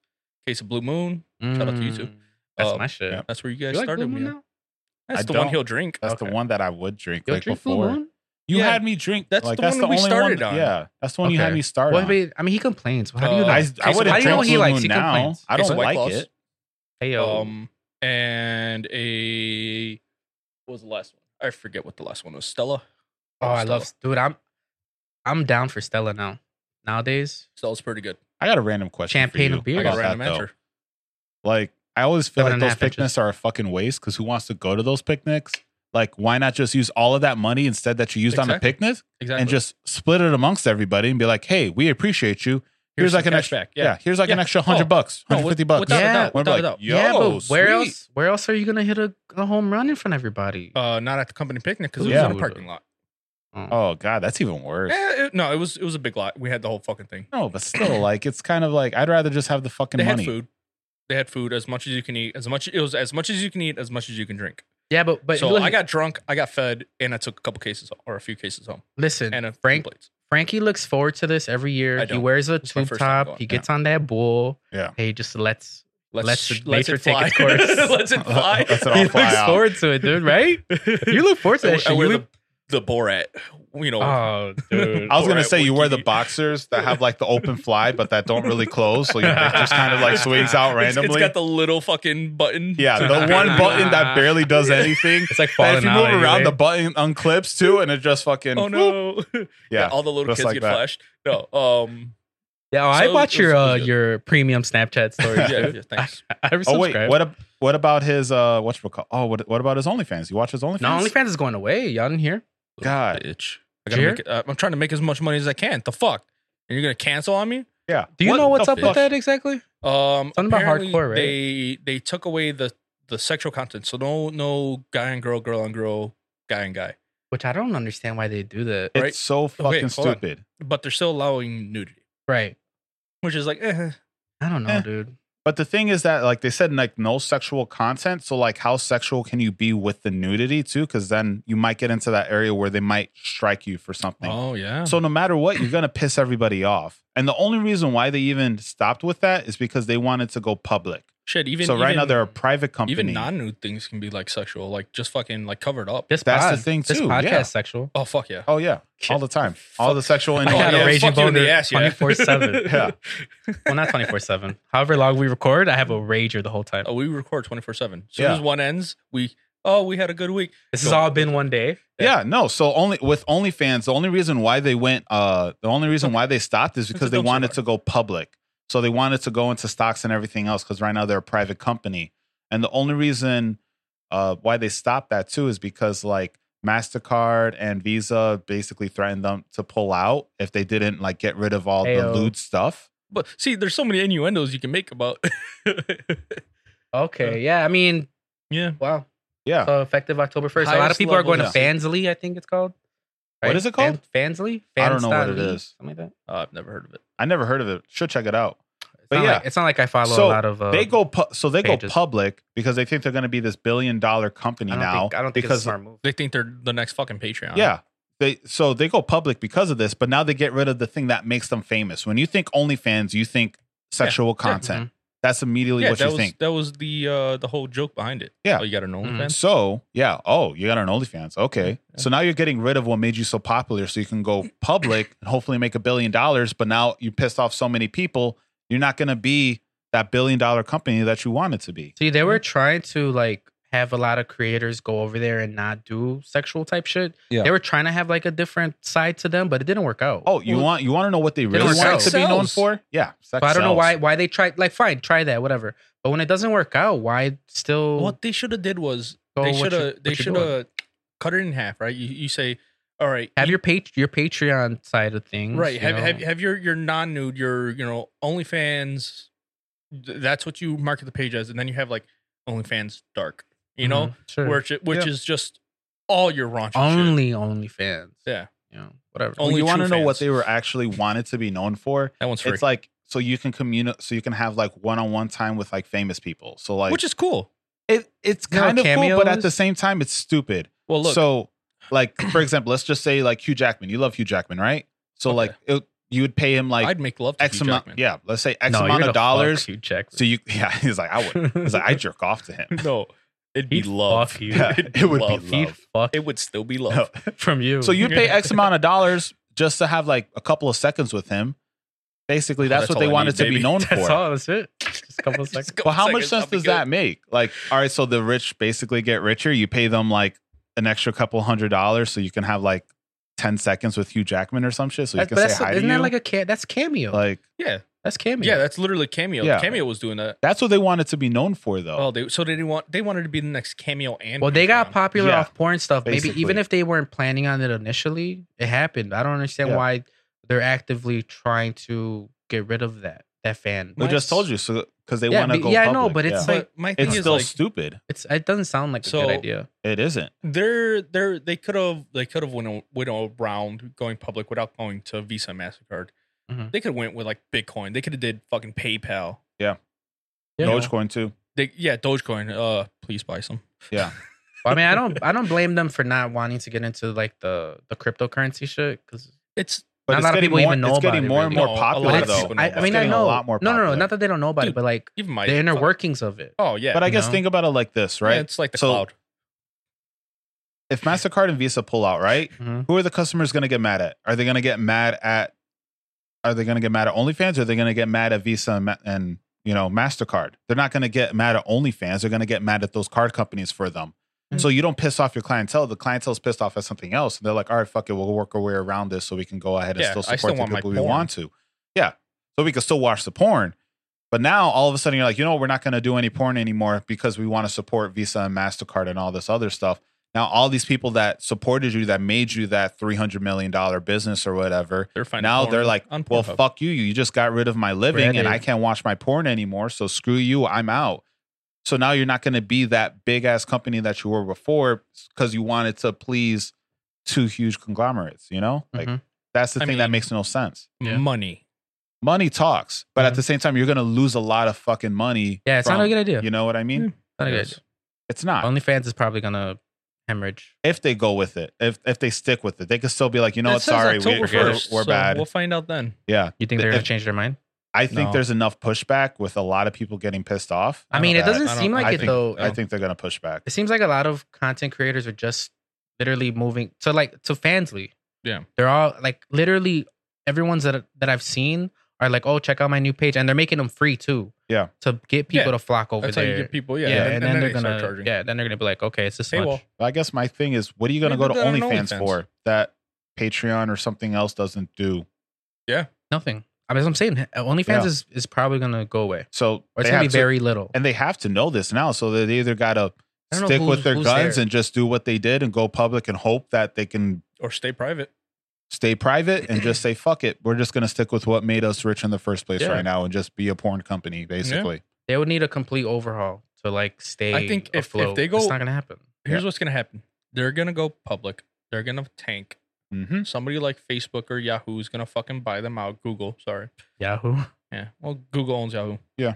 case of Blue Moon. Shout out to you two.
Mm. That's
Um,
my shit.
yeah.
That's where you guys
You like
started
Blue
me.
Moon
on.
now?
That's
I
the one
don't.
he'll drink.
That's the
Okay.
one that I would drink
You'll
like
drink Blue
before.
Moon?
You
Yeah.
had me drink.
That's
like,
the
that's
one
the
we
only
started
one,
on.
Yeah.
Yeah, that's the one you had
Okay.
me start
Well, I
on.
mean, I mean, he complains. How do you
Uh,
know?
I,
Okay,
I wouldn't
so how do you
drink
know he
Blue
likes-
Moon
he
now.
complains?
I
Case
don't
of White
like
Claws.
it.
hey, yo.
Um, and a what was the last one? I forget what the last one was. Stella.
oh, I love, dude. I'm, I'm down for Stella now. Nowadays,
Stella's pretty good.
I got a random question.
Champagne
for you
and beer.
I got
about
a random
that, though.
answer.
Like I always feel like
Seven and a
those
half inches.
picnics are a fucking waste because who wants to go to those picnics? Like, why not just use all of that money instead that you used on the
Exactly.
picnic
Exactly.
and just split it amongst everybody and be like, hey, we appreciate you. Here's,
some
like an
cash
extra,
back.
yeah. here's like an
Yeah.
extra hundred
Oh,
bucks,
no,
hundred fifty bucks.
Without
Yeah.
a doubt.
We're
Without a
like,
doubt.
yo,
yeah, but where
sweet.
else? Where else are you gonna hit a, a home run in front of everybody?
Uh, not at the company picnic because it was
Yeah.
in a parking lot.
Oh.
Oh god, that's even worse.
Eh, it- no, it was it was a big lot. We had the whole fucking thing.
No, but still, like, it's kind of like I'd rather just have the fucking
They had
money.
food. They had food as much as you can eat. As much it was as much as you can eat. As much as you can drink.
Yeah, but but
so
look-
I got drunk, I got fed, and I took a couple cases home, or a few cases home,
listen.
and a few
Frank-
plates.
Frankie looks forward to this every year.
I
He
don't.
wears a
It's my
tube
first time
top.
going,
He
yeah.
gets on that bull.
Yeah.
He just lets
Let's
Let's-
sh- let's
let's it
it
take
fly.
its course.
let's it fly.
Let's it all
he
fly
looks
out.
forward to it, dude. Right? you look forward to
I,
that shit.
wear
You
the,
look-
the Borat, you know.
oh, dude.
I was gonna
Borat
say you wear the
onesie.
boxers that have like the open fly, but that don't really close, so your dick just kind of like swings out
It's-
randomly.
it's got the little fucking button.
yeah, the one button that barely does anything.
It's like
And
falling
if you
out
move around,
anyway.
the button unclips too, and it just fucking.
eh? Oh no! Yeah,
Yeah,
all the little
just
kids
like
get
that.
flashed. No, um,
Yeah, I
So it was-
watch your
it
uh,
was good.
your premium Snapchat stories.
yeah,
dude.
yeah, thanks.
I, I
Oh wait,
subscribe.
what? ab- What about his? Uh, what's it called? Oh, what? What about his OnlyFans? You watch his OnlyFans?
No, OnlyFans is going away. Y'all didn't hear?
God.
bitch. I gotta
Jer?
make it, uh, I'm trying to make as much money as I can. The fuck, and you're gonna cancel on me?
Yeah.
Do you
What
know what's
the
up
fuck?
with that eh? exactly?
Um,
Something about
apparently
hardcore, right?
They they took away the the sexual content, so no no guy and girl, girl and girl, guy and guy.
Which I don't understand why they do that.
It's
right?
so fucking
hold on.
stupid.
But they're still allowing nudity,
Right.
which is like, eh.
I don't know,
Eh.
dude.
But the thing is that like they said like no sexual content. So like how sexual can you be with the nudity too? Because then you might get into that area where they might strike you for something.
oh yeah.
So no matter what, you're gonna piss everybody off. And the only reason why they even stopped with that is because they wanted to go public.
Shit, even
so right now
even-
they're a private company.
Even non nude things can be like sexual, like just fucking like covered up.
This
That's
pod,
the thing
This
too.
podcast
Yeah.
sexual.
Oh fuck yeah.
Oh yeah, all the time, all the sexual.
I got
Oh,
a
yeah.
raging
fuck you in the
boner
ass, yeah.
24/7.
Yeah.
Well, not twenty four seven. However long we record, I have a rager the whole time.
Oh, we record twenty four seven. As soon
Yeah.
as one ends, we oh we had a good week.
This has all been one day.
Yeah, no. So only with OnlyFans, the only reason why they went, uh, the only reason why they stopped is
a
because they
dumpster
wanted
fire.
to go public. So they wanted to go into stocks and everything else because right now they're a private company, and the only reason uh, why they stopped that too is because like Mastercard and Visa basically threatened them to pull out if they didn't like get rid of all the
Ayo.
lewd stuff.
But see, there's so many innuendos you can make about.
Okay. Yeah. I mean,
yeah.
wow.
Yeah,
So effective October first. A lot of
Highest
people are going to
level
Fansley. I think it's called.
What is it called?
Fan- Fansley.
I don't know what it
Fanstanley?
is.
Something like that.
Oh, I've never heard of it.
I never heard of it. Should check it out.
It's
But
not
yeah.
like, it's not like I follow
So
a lot of. Uh,
they go pu- so they
pages.
go public because they think they're going to be this billion dollar company
I don't
now.
think, I don't think it's a
because
smart move.
They think they're the next fucking Patreon.
Yeah. They so they go public because of this, but now they get rid of the thing that makes them famous. When you think OnlyFans, you think sexual content. That's immediately
Yeah,
what
that
you
was
think.
that was the uh the whole joke behind it.
Yeah.
Oh, you got an
Mm-hmm.
OnlyFans?
So yeah, oh, you got an OnlyFans. Okay. So now you're getting rid of what made you so popular so you can go public and hopefully make a billion dollars, but now you pissed off so many people, you're not gonna be that billion dollar company that you wanted to be.
See, they were trying to like have a lot of creators go over there and not do sexual type shit.
Yeah.
They were trying to have like a different side to them, but it didn't work out.
Oh, you
Well,
want you want to know what they
They
really
don't
want to
sell.
be known
Sells.
for? Yeah. Sex
But I don't know
sells.
why why they tried like fine, try that, whatever. But when it doesn't work out, why still
What they should have did was
go
they
what
should
you-
have they
what you
should
doing?
have cut it in half, right? You you say, all right,
have
you-
your pat- your Patreon side of things.
right
you
have, have
know?
have your your non nude your you know OnlyFans. th- That's what you market the page as, and then you have like OnlyFans dark, you know,
Mhm, sure.
which which
Yeah.
is just all your raunchy shit.
only OnlyFans.
Yeah.
You know, whatever.
Only
you want to
true
know what
fans.
they were actually wanted to be known for?
That one's free,
It's like so you can communi- so you can have like one-on-one time with like famous people. So like
which is cool.
it, it's
You know
kind of cool, but at the
cameos?
same time it's stupid.
Well, look,
So like for example, let's just say like Hugh Jackman. You love Hugh Jackman, right? So
Okay.
like it, you would pay him like
I'd make love to
X
Hugh
amount.
Jackman.
Yeah, let's say X
No, you're
amount
gonna
of
fuck
dollars.
Hugh Jackman.
So you yeah, he's like I would. He's like I jerk off to him.
no, it'd be
He'd
love.
fuck you.
Yeah,
It'd
it would
love.
be
He'd
love.
fuck
It would still be love.
from you.
So you'd pay
Yeah.
X amount of dollars just to have like a couple of seconds with him. Basically,
Oh,
that's,
that's
what
all
they
I
wanted
need,
to be
baby.
known
That's
for.
all. That's it. Just a couple of seconds.
Just a couple
But how much
seconds, I'll
sense
be
does
good.
that make? Like, all right, so the rich basically get richer. You pay them like an extra couple hundred dollars so you can have like 10 seconds with Hugh Jackman or some shit. So you
That's-
can
but
say
that's-
hi to
isn't
you.
that like a ca- that's cameo?
like,
Yeah,
that's cameo.
yeah, that's literally cameo.
Yeah.
Cameo was doing that.
that's what they wanted to be known for, though.
Oh, they so they didn't want they wanted to be the next cameo and
well, they got
Patreon.
popular
Yeah,
off porn stuff. Maybe even
basically.
if they weren't planning on it initially, it happened. I don't understand
Yeah.
why they're actively trying to get rid of that that fan.
we just
Nice.
told you. So, because they
Yeah,
want to
but-
go.
yeah, I
public.
know, but it's
Yeah.
like-
But my thing
it's
is
still
like
stupid.
It's it doesn't sound like a
So-
good idea.
It isn't.
they're they're they could have they could have went a- went around going public without going to Visa and Mastercard.
Mhm.
They could have went with like Bitcoin. They could have did fucking PayPal.
Dogecoin, too.
They, yeah, Dogecoin. Uh, please buy some.
Yeah.
Well, I mean, I don't, I don't blame them for not wanting to get into like the the cryptocurrency shit because
It's
Not a
it's
lot of
getting
people
more,
even know
it's
about
getting
it,
more and
really.
more
No, a lot
popular
of
though.
people know
I, I
It's
about it.
mean, I
getting
know.
a lot more
no, no, no,
popular.
not that they don't know about
Dude,
it, but like
even my
the inner
fuck-
workings of it.
Oh yeah,
But I
you
guess
know?
think about it like this,
Yeah,
right?
it's like the
So-
cloud.
if Mastercard and Visa pull out, right?
Mhm.
Who are the customers going to get mad at? Are they going to get mad at? Are they going to get mad at OnlyFans? Or are they going to get mad at Visa and, Ma- and you know Mastercard? They're not going to get mad at OnlyFans. They're going to get mad at those card companies for them.
Mm.
Mhm.
So you don't piss off your clientele. The clientele's pissed off at something else, and they're like, "All right, fuck it, we'll work our way around this so we can go ahead and
Yeah,
still
I still
support
want
the
my
people we
porn.
want to." Yeah, so we can still watch the porn. But now all of a sudden you're like, you know, we're not going to do any porn anymore because we want to support Visa and Mastercard and all this other stuff. Now all these people that supported you, that made you that three hundred million dollar business or whatever,
They're finding
now
porn
they're like,
on
well,
Pornhub.
fuck you. You just got rid of my living and
Reddit.
I can't watch my porn anymore. So screw you. I'm out. So now you're not going to be that big ass company that you were before because you wanted to please two huge conglomerates. You know, like
Mhm.
that's the
Mm-hmm. I
thing that
mean-
makes no sense.
Yeah.
money.
Money talks, but
Mm-hmm.
at
Yeah.
the same time, you're going to lose a lot of fucking money.
yeah, it's not
from-
a good idea.
You know what I
Mm.
mean?
not a good.
Yes.
Idea.
It's not.
OnlyFans is probably gonna hemorrhage.
if they go with it, if if they stick with it, they could still be like, you know
It
what,
says
sorry, we,
October
we're,
1st,
we're
so
bad.
We'll find out then.
yeah.
You think
They-
they're gonna
if-
change their mind?
I think
No.
there's enough pushback with a lot of people getting pissed off.
I mean, it
that-
doesn't
I don't-
seem like
I
it
think-
though.
I think they're gonna push back.
It seems like a lot of content creators are just literally moving to like to Fansly.
Yeah.
They're all like literally everyone's that that I've seen are like, oh, check out my new page, and they're making them free too.
Yeah.
To get people
Yeah.
to flock over
That's
there.
how you get people. Yeah,
yeah, and, then, they're
they start
gonna
charging.
yeah, then they're gonna be like, okay, it's this
Paywall.
much.
I guess my thing is, what are you gonna
They
go to
did that on
OnlyFans,
OnlyFans.
for that Patreon or something else doesn't do?
Nothing. I mean, as I'm saying, OnlyFans
Yeah.
is is probably gonna go away,
So
or it's
they
gonna
have
be
to-
very little.
and they have to know this now, so that they either gotta
I don't know
stick with
who's-
their
who's
guns
there.
and just do what they did and go public and hope that they can
or stay private.
stay private and just say fuck it. We're just gonna stick with what made us rich in the first place
Yeah.
right now and just be a porn company basically.
they would need a complete overhaul to like stay.
I think if- if
afloat.
they go-
it's not gonna happen.
Here's what's gonna happen. They're gonna go public. They're gonna tank.
Mm-hmm.
Somebody like Facebook or Yahoo is gonna fucking buy them out. Google, sorry.
Yahoo,
Yeah. Well, Google owns Yahoo.
Yeah.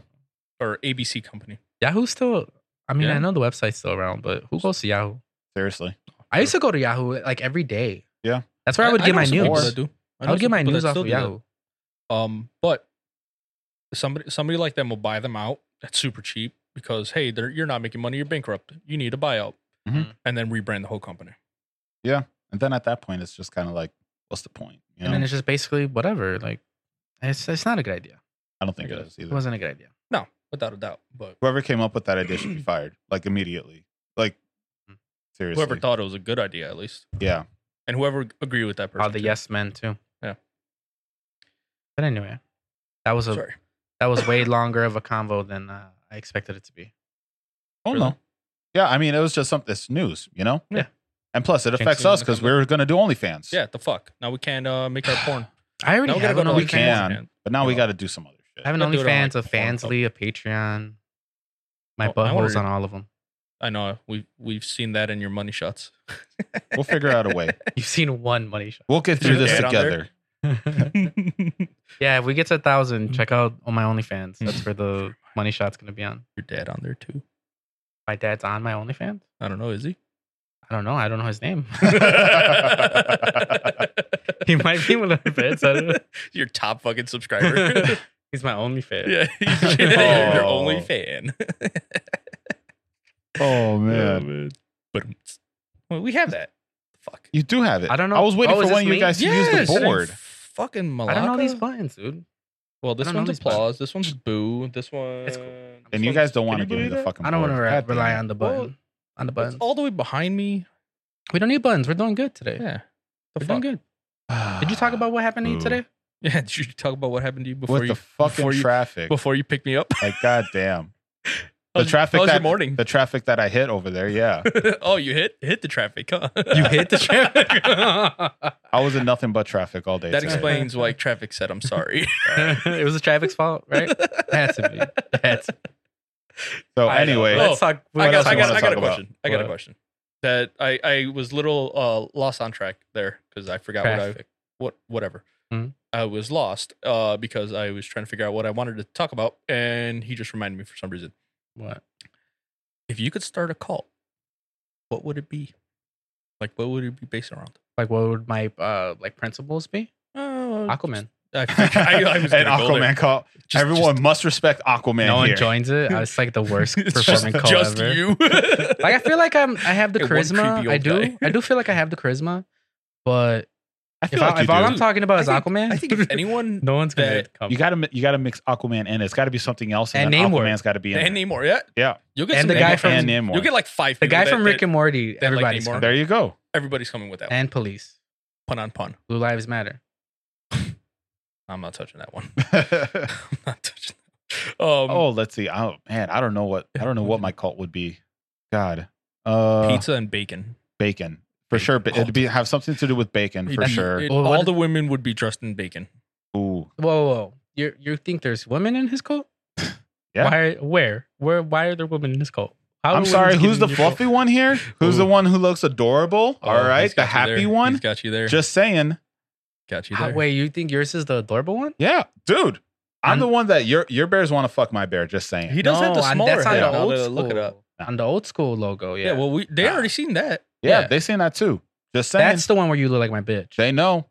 Or ABC company.
Yahoo's still. I mean,
Yeah.
I know the website's still around, but who goes to Yahoo?
Seriously.
I used to go to Yahoo like every day.
Yeah.
that's where I would get
know
my
some people
news.
that do.
I,
know
would get
some
my
people
news
that
off
still
of
do that.
Yahoo.
Um, but somebody somebody like them will buy them out at super cheap because hey, they're you're not making money, you're bankrupt. You need a buyout,
Mm-hmm.
Mhm.
and then rebrand the whole company.
And then at that point, it's just kind of like, what's the point? You know,
And then it's just basically whatever. Like, it's it's not a good idea.
I don't think it
Yeah.
is
It
either.
wasn't a good idea.
No, without a doubt. But
Whoever came up with that idea should be fired, like immediately. Like, seriously.
Mm. whoever thought it was a good idea, at least,
yeah.
and whoever agreed with that person.
All the
too.
yes men too.
Yeah.
But anyway, that was a
Sorry.
that was way longer of a convo than uh, I expected it to be.
Oh,
Really?
no. Yeah. I mean, it was just something, it's news, you know?
Yeah.
And plus, it affects
Jinxing
us
the
because
company.
we're going to do OnlyFans.
Yeah, the fuck. Now we can't uh, make our porn.
I
now
already
we
have an
to
to
We
OnlyFans.
OnlyFans.
can.
Yeah.
But now we
No.
got to do some other shit.
I have an
Gotta do it on,
OnlyFans,
like,
a
Pornhub.
Fansly, a Patreon. My
Oh, I wanna
butthole's on all of them.
I know we we've seen that in your money shots.
We'll figure out a way.
You've seen one money shot.
We'll get
Did
through
you
this
add on there?
together.
Your
yeah, if we get to a
Mm-hmm.
thousand, check out on my OnlyFans. That's where the money shot's gonna be on.
dad on there too.
My dad's on my OnlyFans.
I don't know, is he?
I don't know. I don't know his name.
he
he might be one of my fans. I don't
Your top fucking subscriber.
know. He's my OnlyFans.
yeah,
Oh.
your only fan.
Oh,
Yeah,
man.
man. But well, we have that. Fuck.
You do have it.
I don't know.
I was waiting
Oh,
for
is
one of
this
you
me?
guys to use
Yes,
the
and
board.
Fucking
I
Malacca.
don't know these buttons, dude.
Well, this
I don't know
one's
these buttons.
applause. This one's boo. This one.
It's cool.
And you guys don't
Can
want to
you
give me
believe
the
that?
fucking
I don't want
board.
to
God damn
rely
it.
on the
Well,
button. on the
It's
buttons.
all the way behind me.
we don't need buttons. We're doing good today.
Yeah. The
We're
fuck?
doing good. Did you talk about what happened to you
Boo.
today?
Yeah. Did you talk about what happened to you before
with
you
the fucking
before you
traffic?
before you picked me up?
Like, goddamn.
How
The
was- how
traffic
was
that
Um, your morning?
the traffic that I hit over there. Yeah,
oh, you hit hit the traffic. Huh?
You hit the traffic.
I was in nothing but traffic all day.
That
today.
explains why traffic said I'm sorry.
it was the traffic's fault, right? Had to be. Had to be.
So
I know.
anyway,
Oh,
Let's talk.
I
What
got,
else
I
you
got,
wanna
I got a
talk about?
question. I got a
What?
question that I, I was little uh, lost on track there because I forgot
Traffic.
what I what whatever
Mm-hmm.
Mhm.
I was lost uh, because I was trying to figure out what I wanted to talk about and he just reminded me for some reason.
What?
If you could start a cult, what would it be? Like, what would it be based around?
Like, what would my uh like principles be?
Oh,
Aquaman.
I, I, I was
Uh, and
gonna go there.
Aquaman call.
Just-
Everyone must respect Aquaman
no
here.
one joins it. I was like the
just-
worst
it's
performing
just,
call
just
ever.
you.
Like, I feel like I'm. I have the
And one
charisma.
creepy
I
old
do.
guy.
I do feel like I have the charisma, but
I feel
if,
like
I,
you
if all
do.
I'm talking about
I
is
think-
Aquaman,
I think if anyone
no one's gonna
that-
come.
You gotta mi- you gotta mix Aquaman in. It's gotta be something else, and,
And
then
Namor.
Aquaman's gotta be in.
and
there.
Namor, yeah,
Yeah.
you'll get
And
some
the guy
people-
from-
and Namor.
you'll get like five.
the
people
guy
that-
from Rick
that-
and Morty.
that like
Everybody's
Namor.
coming.
there you go.
everybody's coming with that one.
and police.
pun on pun.
Blue Lives Matter.
I'm not touching that one.
oh,
I'm not touching. That. Um,
let's see. Oh man, I don't know what I don't know what my cult would be. God, uh,
pizza and bacon.
bacon for
Bacon
sure. But it'd be have something to do with bacon for
It'd be-
sure.
it-
Well,
all
what-
the women would be dressed in bacon.
Ooh,
Whoa, whoa, whoa. You you think there's women in his cult?
Yeah.
Why? Are, where? Where? Why are there women in his cult? How
I'm
do women
sorry.
get
Who's
in
the
your cult?
fluffy one here? Who's the
Ooh.
one who looks adorable? All
Oh,
right,
he's
the
got you
happy
there.
one.
He's got you there.
Just saying.
got you
How-
Ah,
there.
wait, you think yours is the adorable one?
Yeah, dude. I'm,
I'm-
the one that your your bears want to fuck my bear. Just saying.
He does have the
on-
smaller
That's on
head.
the
I'll
old
have to
school.
look it up.
On the old school logo, yeah.
Yeah. well, we
Ah.
they already seen that.
yeah, they seen that too. Just saying.
that's the one where you look like my bitch.
they know.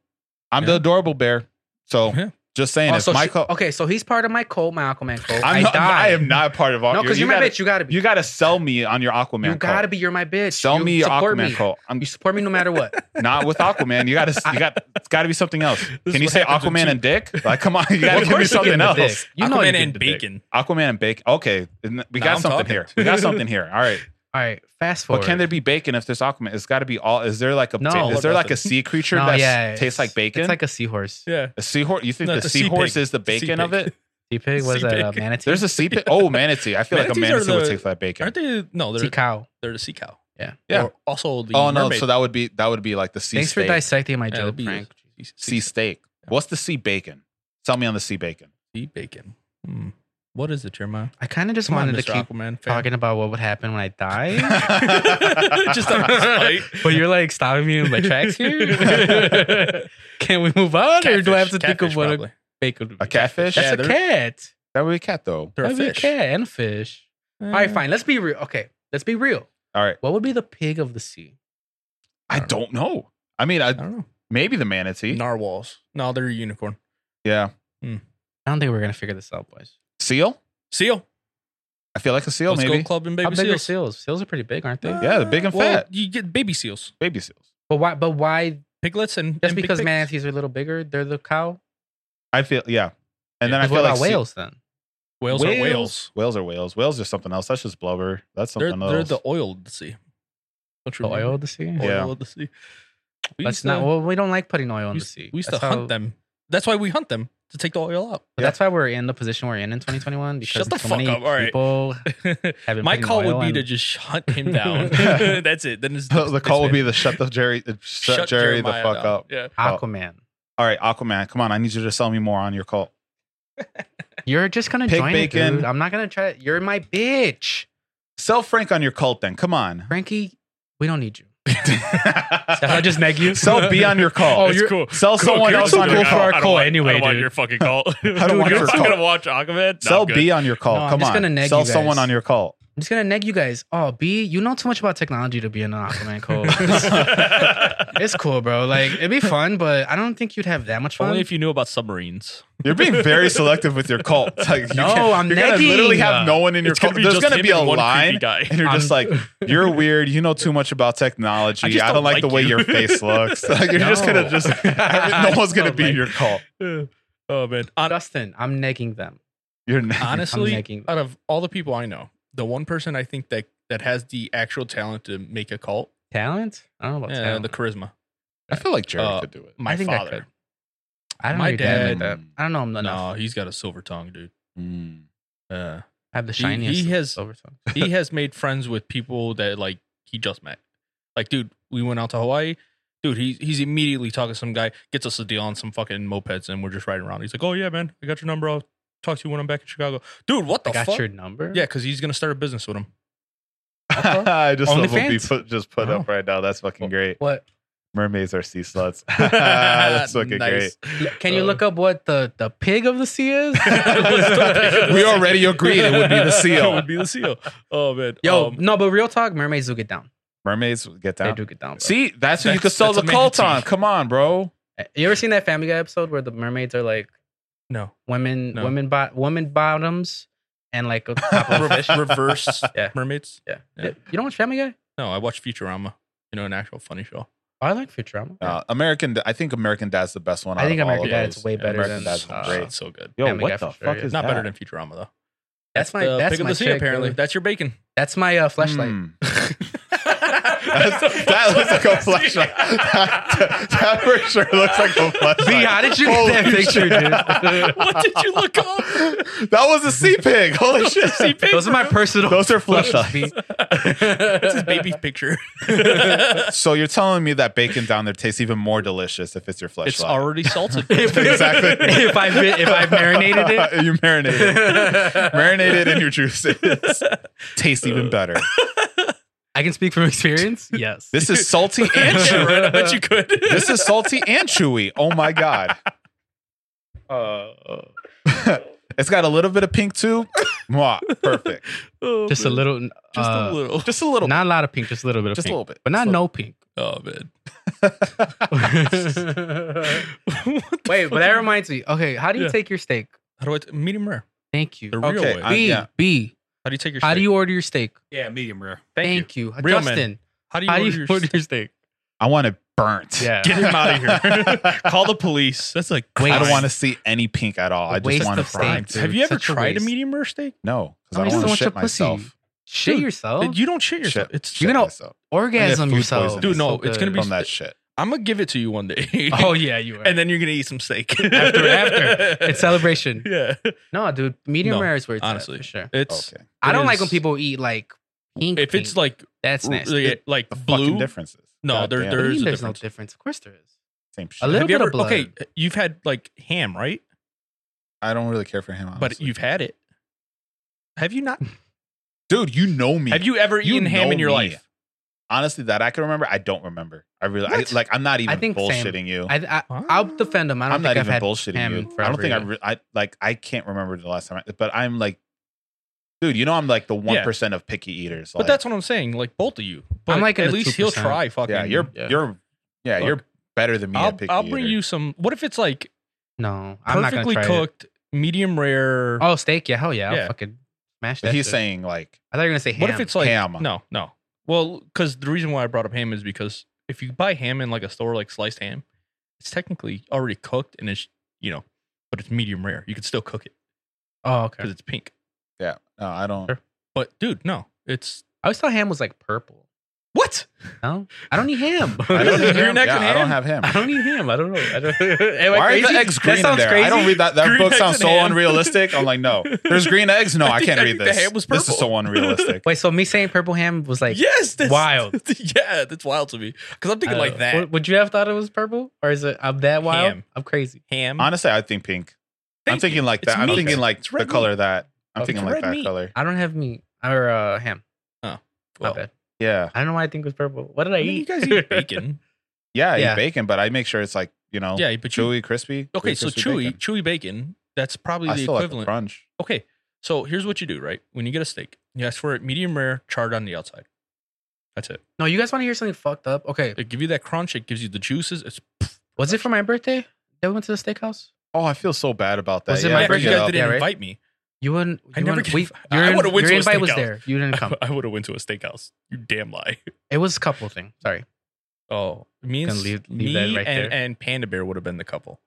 I'm the
Yeah.
adorable bear. So
Yeah.
just saying.
Also,
if my
she-
cult,
okay, Oh, so he's part of my cult, my Aquaman cult.
I'm
I
not,
died.
I am not part of all.
No, because
you
you're my
gotta-
bitch. You gotta be.
You gotta sell me on your Aquaman.
You gotta
cult.
be. You're my bitch.
sell
you
me your
support
Aquaman
me.
cult. I'm
You support me no matter what.
not with Aquaman. You gotta. You got. It's gotta be something else. Can
This is
you
what
say
happens when
Aquaman
two-
and Dick? Like, come on, you gotta
Of
give me
course you
something
give me
else.
dick. You know
Aquaman
you give
and
the dick.
bacon.
Aquaman and bacon. Okay, isn't that- we
Nah,
got
I'm
something
talking.
here. We got something here. All right,
All right, fast forward.
but can there be bacon if there's Aquaman? It's got to be all. Is there like a?
No.
is there like a sea creature
No,
that
yeah,
tastes like bacon?
It's like a seahorse.
Yeah.
a seahorse. You think
No,
the,
it's a sea
seahorse
pig.
is the
Sea
bacon of
pig.
it?
Sea pig was
Sea
a uh,
pig.
manatee.
There's a sea pig. Oh, manatee. I feel like a
Manatees
manatee
are
would
the-
taste like bacon.
Aren't they? No, they're
sea cow.
they're the sea cow.
Yeah.
Yeah.
Or also the
Oh no!
mermaid.
So that would be that would be like the sea
Thanks for
steak.
dissecting my
Yeah,
joke,
that'd be-
Frank.
sea steak. What's the sea bacon? Tell me on the sea bacon.
sea bacon. Hmm. What is it, Jeremiah?
I kind of just
Come on,
wanted to
Mr.
keep
Aquaman fan.
talking about what would happen when I die,
Just out of spite.
but you're like stopping me in my tracks here. Can we move on, or do I have to think of
Catfish,
what a
probably.
bacon would be?
A catfish?
That's
Yeah,
a
they're-
cat.
That would be a cat though.
They're a
That'd be a
fish. Eh,
cat and fish. All
Mm.
right, fine. Let's be real. Okay, let's be real.
All right.
What would be the pig of the sea?
I don't know. I mean, I,
I don't know.
maybe the manatee.
Narwhals. No, they're a unicorn.
Yeah.
I don't think we're gonna figure this out, boys.
Seal?
Seal.
I feel like a seal,
Let's
maybe.
go clubbing baby
How big are
seals.
seals? Seals are pretty big, aren't they?
Uh,
Yeah, they're big and
well,
fat.
You get baby seals,
Baby seals.
But why? But why?
piglets, and
Just
and big
because
pigs.
manatees are a little bigger, they're the cow.
I feel yeah. And then
Yeah,
I
What
feel
about
like sea-
whales then?
whales, are whales.
Whales are whales. Whales are something else. That's just blubber. That's
They're,
something
they're
else.
the oil of the sea. Don't you
The oil
remember?
of the sea.
Yeah.
Oil of the sea. We
That's
used to-
not. Well, we don't like putting
we
oil in the
used-
sea.
We used
That's
to
how-
hunt them. That's why we hunt them to take the oil out.
But That's why we're in the position we're in in 2021 because
Shut the
so
fuck
many
up, all right.
people have been
My
putting
call
oil
would be
in-
to just hunt him down. That's it. Then it's
the call would be the shut the Jerry uh, shut, Jerry the
Jeremiah
fuck
down.
up.
Yeah.
Aquaman.
All right, Aquaman, come on. I need you to sell me more on your cult.
You're just gonna
Pig
join it,
bacon.
dude. I'm not gonna try. You're my bitch,
Sell Frank on your cult then. Come on.
Frankie. We don't need you. Did I just neg you?
sell B on your cult.
Oh, you're-
cool.
sell someone
Cool,
else
cool.
on your
I don't-
cult.
I don't
call
want-
anyway,
I don't want
dude.
your fucking call.
I don't want
You're
your
fucking
call.
gonna watch Aquaman. No,
Sell
I'm good.
B on your cult.
No, I'm
Come
just
on.
gonna neg
sell
you guys.
someone on your cult.
I'm just gonna neg you guys. Oh, B, you know too much about technology to be an Aquaman code. it's cool, bro. Like it'd be fun, but I don't think you'd have that much fun.
Only if you knew about submarines.
You're being very selective with your cult. It's Like, you
No,
can't-
I'm
You're gonna
negging.
literally have no one in your
It's gonna
cult.
be
There's
just
gonna
him
be a
and one creepy
line,
guy.
and you're just like,
I'm-
"You're weird. You know too much about technology. I
I
don't,
just don't
like,
like
the way
you."
your face looks. Like, you're just gonna
No.
just.
I
no one's
just
gonna
don't
be in
like-
your cult.
oh man. Hon-
Dustin, I'm negging them.
You're ne-
I'm
Honestly,
negging them.
out of all the people I know, the one person I think that that has the actual talent to make a cult,
Talent? I don't know about
yeah,
talent.
the charisma.
I feel like Jerry
Uh,
could do it.
My
I think I
father.
could. I don't
My
know your dad
dad-
like that. I don't know him enough.
no, he's got a silver tongue, dude.
Mm.
Uh,
I have the
He-
shiniest.
he has-
silver tongue.
he has made friends with people that like he just met. Like, dude, we went out to Hawaii. Dude, he's he's immediately talking to some guy, gets us a deal on some fucking mopeds, and we're just riding around. He's like, "Oh yeah, man, I got your number. I'll talk to you when I'm back in Chicago." Dude, what the
I got
fuck?
your number.
yeah, because he's gonna start a business with him.
I just love what we
OnlyFans?
put, just put
Wow.
up right now. That's fucking great.
What?
Mermaids are sea sluts. That's fucking
Nice.
Can you
Uh,
look up what the the pig of the sea is?
great. we already agreed it would be the
It
seal.
would be the seal. Oh man.
Yo,
Um,
no, but real talk, mermaids will get down.
Mermaids get
They
down.
do get down. bro.
See, that's what you
That's-
could sell
that's
the cult
amazing.
on. Come on, bro.
you ever seen that Family Guy episode where the mermaids are like
No.
women,
No.
women, bo- women bottoms, and like a top of a
Re-
fish?
reverse
Yeah.
mermaids.
Yeah.
Yeah.
You don't watch Family Guy?
No, I watch Futurama. You know, an actual funny show.
Oh, I like Futurama.
Uh, American, I think American Dad's the best one.
I
out
think
of all
American
of
Dad
those.
is way
Yeah,
better than,
American Dad's
uh,
great.
So good.
Yo,
Family Guy
what
for
the
sure,
fuck
yeah.
is
Not
that?
better than Futurama though.
That's my-
the
that's
pick of
my
the sea.
chick,
Apparently,
dude.
that's your bacon.
That's my uh, flashlight.
Mm.
That's the
that looks like a
flashlight.
flashlight. that, that for sure looks like a flashlight.
B, how did you get
Holy
that picture, dude?
what did you look up?
that was a sea pig. Holy shit.
Sea pig,
Those are my
bro.
personal.
Those are
photos,
flashlights.
B.
That's his baby picture. it's
So you're telling me that bacon down there tastes even more delicious if it's your fleshlight.
already salted.
Exactly.
if I if I marinated it,
you marinated it. marinated in your juices. Tastes even better.
I can speak from experience. Yes.
This is salty and
Yeah,
chewy.
right, I bet you could.
This is salty and chewy. Oh my god.
Uh,
it's got a little bit of pink too. Mwah. Perfect.
Oh,
just a
man.
little,
Just
uh,
a little.
Just a little.
not a lot of pink, just a little bit of
just
pink,
a little bit.
but not
Just a
no pink.
Oh man. What the
Wait,
fuck
but that reminds me.
Okay, how do you
Yeah. uh,
take your steak?
How do I t- medium rare?
Thank you.
The
B
real
Okay,
way.
I- yeah.
B.
how do you take your?
How do
steak?
you order your steak?
Yeah, medium rare.
Thank,
Thank you,
Real men.
Justin.
you. How
How do you order
your
your steak?
I want it burnt.
Yeah.
Get him out of here. Call the police. That's like
Wait.
I don't
Fine.
want to see any pink at all. I just
Waste
want it
of steak.
fried.
Dude,
Have you ever
such a
tried a
waste.
medium rare steak?
No, because
I
I
mean,
don't want to
so much
shit
of pussy.
myself.
Shit
Dude,
yourself.
You don't shit yourself.
Shit.
It's
You know-
myself I
orgasm
get food
yourself.
poisoning.
Dude, no,
So
it's
good.
gonna be-
from that shit.
I'm gonna give it to you one day.
Oh yeah, you are.
and then you're gonna eat some steak
After- after. it's celebration.
yeah.
No, dude, medium
No,
rare is where it's at,
honestly.
for sure.
It's
Okay.
I don't like
is-
when people eat like pink.
if it's
pink.
like
that's nasty.
like, like
The fucking
blue.
differences.
No, there-
Goddamn,
What do you
there is
mean
a
there's
difference.
no difference. Of course there is.
same
A
shit.
little
Have you
bit
ever,
of blood.
okay, you've had like ham, right?
I don't really care for him.
But
Honestly.
you've had it. Have you not?
dude, you know me.
Have you ever
You
eaten ham
know
in your
me.
life?
honestly that I can remember? I don't remember. I really I,
What?
like. I'm not even
I think same.
bullshitting you.
I, I I'll defend them. I don't
I'm
think
not
I've
even
had
bullshitting
ham
you.
forever
I don't think I,
either.
re- I like. I can't remember the last time. I, but I'm like, dude, you know I'm like the one of picky eaters.
But
like-
that's what I'm saying. Like both of you. But
I'm like in
at
the
least he'll
2%.
try. Fucking.
yeah. You're
yeah.
you're yeah.
Look,
you're better than me.
I'll,
at picky
I'll bring
eater.
you some. What if it's like
No, I'm not gonna
perfectly
try it.
cooked, medium rare?
Oh, steak? Yeah, hell yeah.
Yeah.
I'll fucking smash that.
But he's
shit.
saying like
I thought you were gonna say ham.
What if it's like
ham.
no, no? Well, because the reason why I brought up ham is because if you buy ham in like a store, like sliced ham, it's technically already cooked and it's you know, but it's medium rare. You could still cook it
Oh,
because
okay.
it's pink.
yeah. No, I don't.
Sure.
But dude, no, it's
I always thought ham was like purple.
what?
No, I don't need ham.
I don't,
You're
have ham.
next
Yeah,
in
I don't
ham?
have ham.
I don't need ham. I don't know. I don't.
Am I
Why are
crazy?
the eggs green
that
in
sounds
there?
Crazy.
I don't read that. That
Green
book
eggs
sounds
and
so
ham.
unrealistic. I'm like, no, there's green eggs. No,
I
I,
think-
can't
I
read
think the
this.
ham was
this is
purple.
so unrealistic.
Wait, so me saying purple ham was like
yes, that's,
wild.
yeah, that's wild to me because I'm
I
thinking
don't
like
know.
that
Would, would you have thought it was purple, or is it I'm that wild?
Ham.
I'm crazy.
ham.
Honestly, I think pink. I'm
mm. Thank you.
thinking like
It's
that. I'm
meat.
thinking like
It's
the
red
color
meat.
of that. I'm
Okay.
thinking
It's
like
red
that
meat.
color.
I don't have meat or uh, ham. My
Well,
bad.
Yeah,
I don't know why I think it was purple. What did I
I mean,
eat?
you guys eat bacon.
yeah. I
Yeah.
eat bacon, but I make sure it's like you know,
yeah, but you
Oh, chewy, crispy.
okay? So
crispy
chewy,
bacon.
chewy bacon. That's probably
I
the
still like the
equivalent.
crunch.
Okay, so here's what you do, right? When you get a steak, you ask for it medium rare, charred on the outside. That's it.
no, you guys want to hear something fucked up? Okay,
It give you that crunch. It gives you the juices. It's
was it for my birthday that we went to the steakhouse?
Oh, I feel so bad about that.
Was it
yeah,
my
I
you
birthday?
bring
guys
it up.
didn't
Yeah, right?
invite me.
You wouldn't.
I
you
never
wouldn't-
get
we-
inv-
your,
I would've went
your
to a
invite was
steakhouse.
there. You didn't come.
I would have went to a steakhouse. You damn lie.
It was a couple thing. Sorry.
Oh, me and
Gonna leave-
s-
leave
me
that right
and,
there.
and Panda Bear would have been the couple.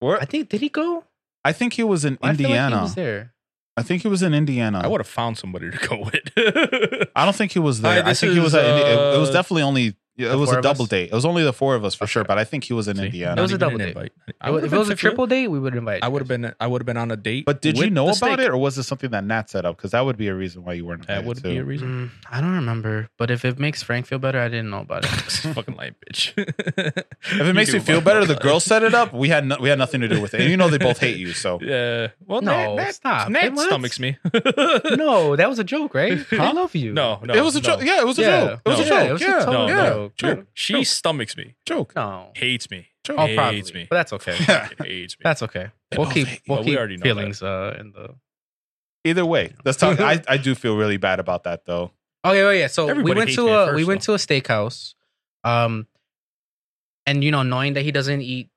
Where-
I think did he go?
I think he was in
I feel like he
Indiana.
was there.
I think he was in Indiana.
I would have found somebody to go with.
I don't think he was
Hi,
there. I
this
think he was.
is,
at Indi- it, it was
uh,
definitely only.
the
It was
four
a
of
double
us?
date. It was only the four of us for sure, but I think he was in
See?
Indiana.
Not
It was a
even an
double date.
invite. I
If
would've
it
been
was a
fifth year.
triple date, we would invite.
I
you
would have
guys.
been. I would have been on a date.
But did you
with
know
the
about
steak.
it, or was it something that Nat set up? Because that would be a reason why you weren't.
That
invited,
would be
too.
a reason.
Mm, I don't remember, but if it makes Frank feel better, I didn't know about it.
Fucking lying bitch.
If it makes you feel better, the girl set it up. We had no, we had nothing to do with it. And you know they both hate you, so
Yeah. Well,
No,
no. Nat,
stop.
Nat,
It was-
stomach stomachs me.
No, that was a joke, right? I love you.
No, no.
it was a
no.
joke. Yeah, it was a
Yeah.
joke. It was a
No.
joke.
Yeah, it was a
yeah,
total
yeah.
joke.
joke,
She
joke,
stomachs me.
joke.
no.
Hates me.
Joke.
Oh,
hates
probably.
me.
But that's okay.
Fucking hates me.
That's okay.
They
We'll
both
keep,
hate-
we'll
well, we
keep
already know that.
feelings uh, in the.
Either way, let's talk. I, I do feel really bad about that though.
Oh yeah, oh, yeah. So
Everybody
we went
hates
to
me at
a
first,
we went to a steakhouse, um, and you know, knowing that he doesn't eat,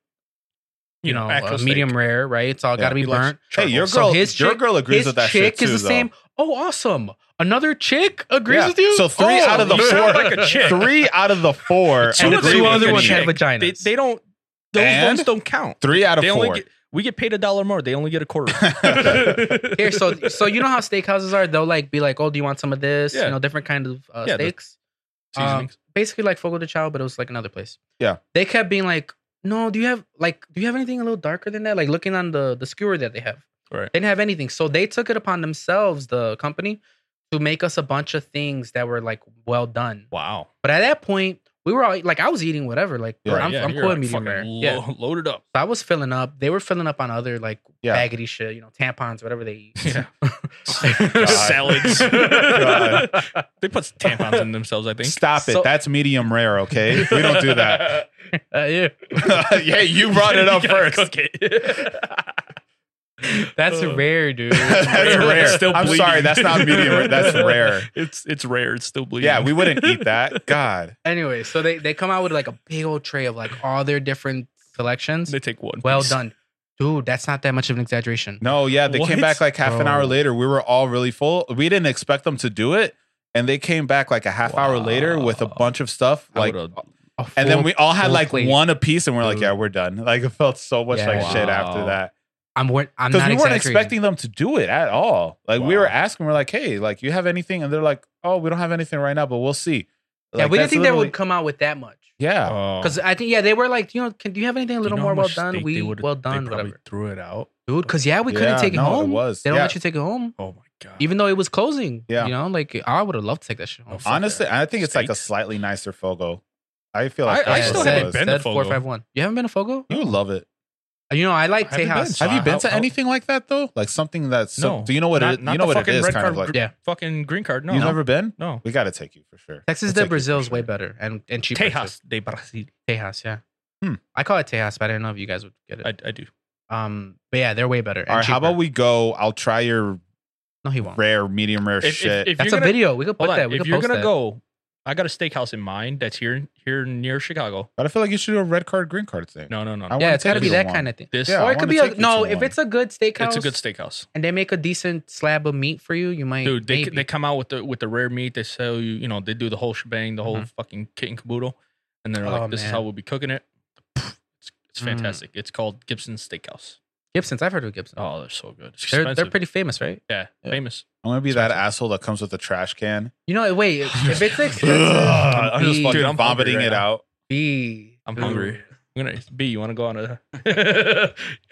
you, know,
actual
uh,
steak.
medium rare, right? It's all
Yeah.
got to be
He likes
burnt.
Hey, your girl,
So his
your
chick-
girl agrees
His
with that
chick
shit
is
too,
the
though.
same. Oh, awesome! Another chick agrees
Yeah.
with you.
So three
three
out of the
you
four,
sound like a chick.
three out of the four,
Two
and the
of the
agree
two
with
other
me.
ones had
chick.
vaginas.
They, they don't. Those
And?
votes don't count.
three out of
They only
four.
get, we get paid a dollar more. They only get a quarter.
Here, so so you know how steakhouses are? They'll like be like, "Oh, do you want some of this?"
Yeah.
You know, different kind of uh,
Yeah, the
steaks. Um,
Seasonings.
basically, like Fogo de Chao, but it was like another place.
Yeah.
they kept being like, "No, do you have like do you have anything a little darker than that?" Like looking on the the skewer that they have,
Right.
They didn't have anything, so they took it upon themselves, the company, to make us a bunch of things that were like well done.
wow.
But at that point, we were all like, I was eating whatever. Like,
Yeah.
bro, um, I'm,
Yeah,
I'm
you're,
cool
like,
with medium
fucking
rare.
lo-
yeah,
Loaded up.
so I was filling up. They were filling up on other like
Yeah.
baggedy shit, you know, tampons, whatever they eat.
Yeah. Salads.
God.
they put tampons in themselves, I think.
Stop it.
So-
That's medium rare, okay? We don't do that.
Uh, yeah.
yeah, you brought it up
You gotta
first.
cook it.
That's
Uh,
rare, dude.
That's
It's
rare.
still
I'm
bleeding.
sorry, that's not medium rare. That's rare.
It's it's rare. It's still bleeding.
Yeah, we wouldn't eat that. God.
Anyway, so they, they come out with like a big old tray of like all their different selections.
They take one.
Well
piece.
done. Dude, that's not that much of an exaggeration.
No, yeah, they came
What?
back like half an
Bro.
hour later. We were all really full. We didn't expect them to do it. And they came back like a half hour later with a
Wow.
bunch of stuff.
I
Like
would've-
A
and then
full-
we all had
full
like
plate.
one apiece and we're like,
Dude.
yeah, we're done. Like it felt so much
Yeah.
like shit after
Wow.
that.
I'm wor- I'm
Because
not
we weren't
exaggerating.
expecting them to do it at all. Like we
Wow.
were asking, we're like, hey, like you have anything? And they're like, oh, we don't have anything right now, but we'll see.
Yeah,
Like,
we didn't
that's
think they
literally-
would come out with that much.
Yeah.
Oh.
Because I think yeah, they were like, you know, can do you have anything a little
You know
more
how
well
much
done?
steak
We
they would've-
well
they
done,
probably
whatever,
Threw it out.
dude. Because yeah, we couldn't
Yeah,
take it
no, it
home.
was.
They don't
Yeah.
let you take it home.
Oh my god.
even though it was closing.
Yeah.
you know, like I would have loved to take that shit home.
Oh, fuck
Honestly,
that.
I think it's like a
Steaks.
slightly nicer Fogo. I feel like
I- I
that's
still
what it
haven't
was.
been to Fogo.
Four five one. You haven't been to Fogo? Uh,
You would love it.
You know, I like
I haven't
Tejas.
been.
So
Have you
I-
been
I-
to anything like that though? Like something that's
No.
do you know what
Not-
it,
not
you know
the
what it
fucking
is?
red
Kind of
card
like
gr-
Yeah.
fucking green card. No.
you've
no.
never been.
no.
We got to take you for sure.
Texas
We'll
de
take you
Brazil is
for
way
sure.
better and and cheaper.
Tejas de Brasil.
too. Tejas, yeah.
Hmm.
I call it Tejas, but I don't know if you guys would get
I,
it.
I do.
um, but yeah, they're way better. and
All right, how
cheaper.
about we go? I'll try your
No, he won't.
rare, medium rare
If,
shit.
if, if
That's
you're
a
gonna,
video. We could put
Hold on.
that. We
if
could
you're
post
gonna
that.
go, I got a steakhouse in mind that's here here near Chicago.
but I feel like you should do a red card, green card thing.
No, no, no.
I
no.
wanna
Yeah, it's gotta
take
be
you to
that
one.
kind of thing.
This
Yeah, I
or it
wanna
could be
take
a
you to
no.
one.
If it's a good
it's
steakhouse,
a good steakhouse.
and they make a decent slab of meat for you, you might.
Dude, they
maybe.
they come out with the with the rare meat. They sell you, you know, they do the whole shebang, the whole fucking kit and caboodle, and they're
Mm-hmm. Oh,
like, "This is
man.
how we'll be cooking it." It's, it's
Mm.
fantastic. It's called Gibson Steakhouse.
Gibson's. I've heard of Gibson.
Oh, they're so good. It's
they're
expensive.
they're pretty famous, right?
yeah,
yeah.
famous.
I'm gonna be that asshole that comes with a trash can.
You know, wait. If it's expensive,
Ugh, I'm just
Dude,
fucking
I'm hungry
vomiting
right
it
now.
out.
be.
I'm
Dude.
hungry. I'm gonna B. You want to go on a?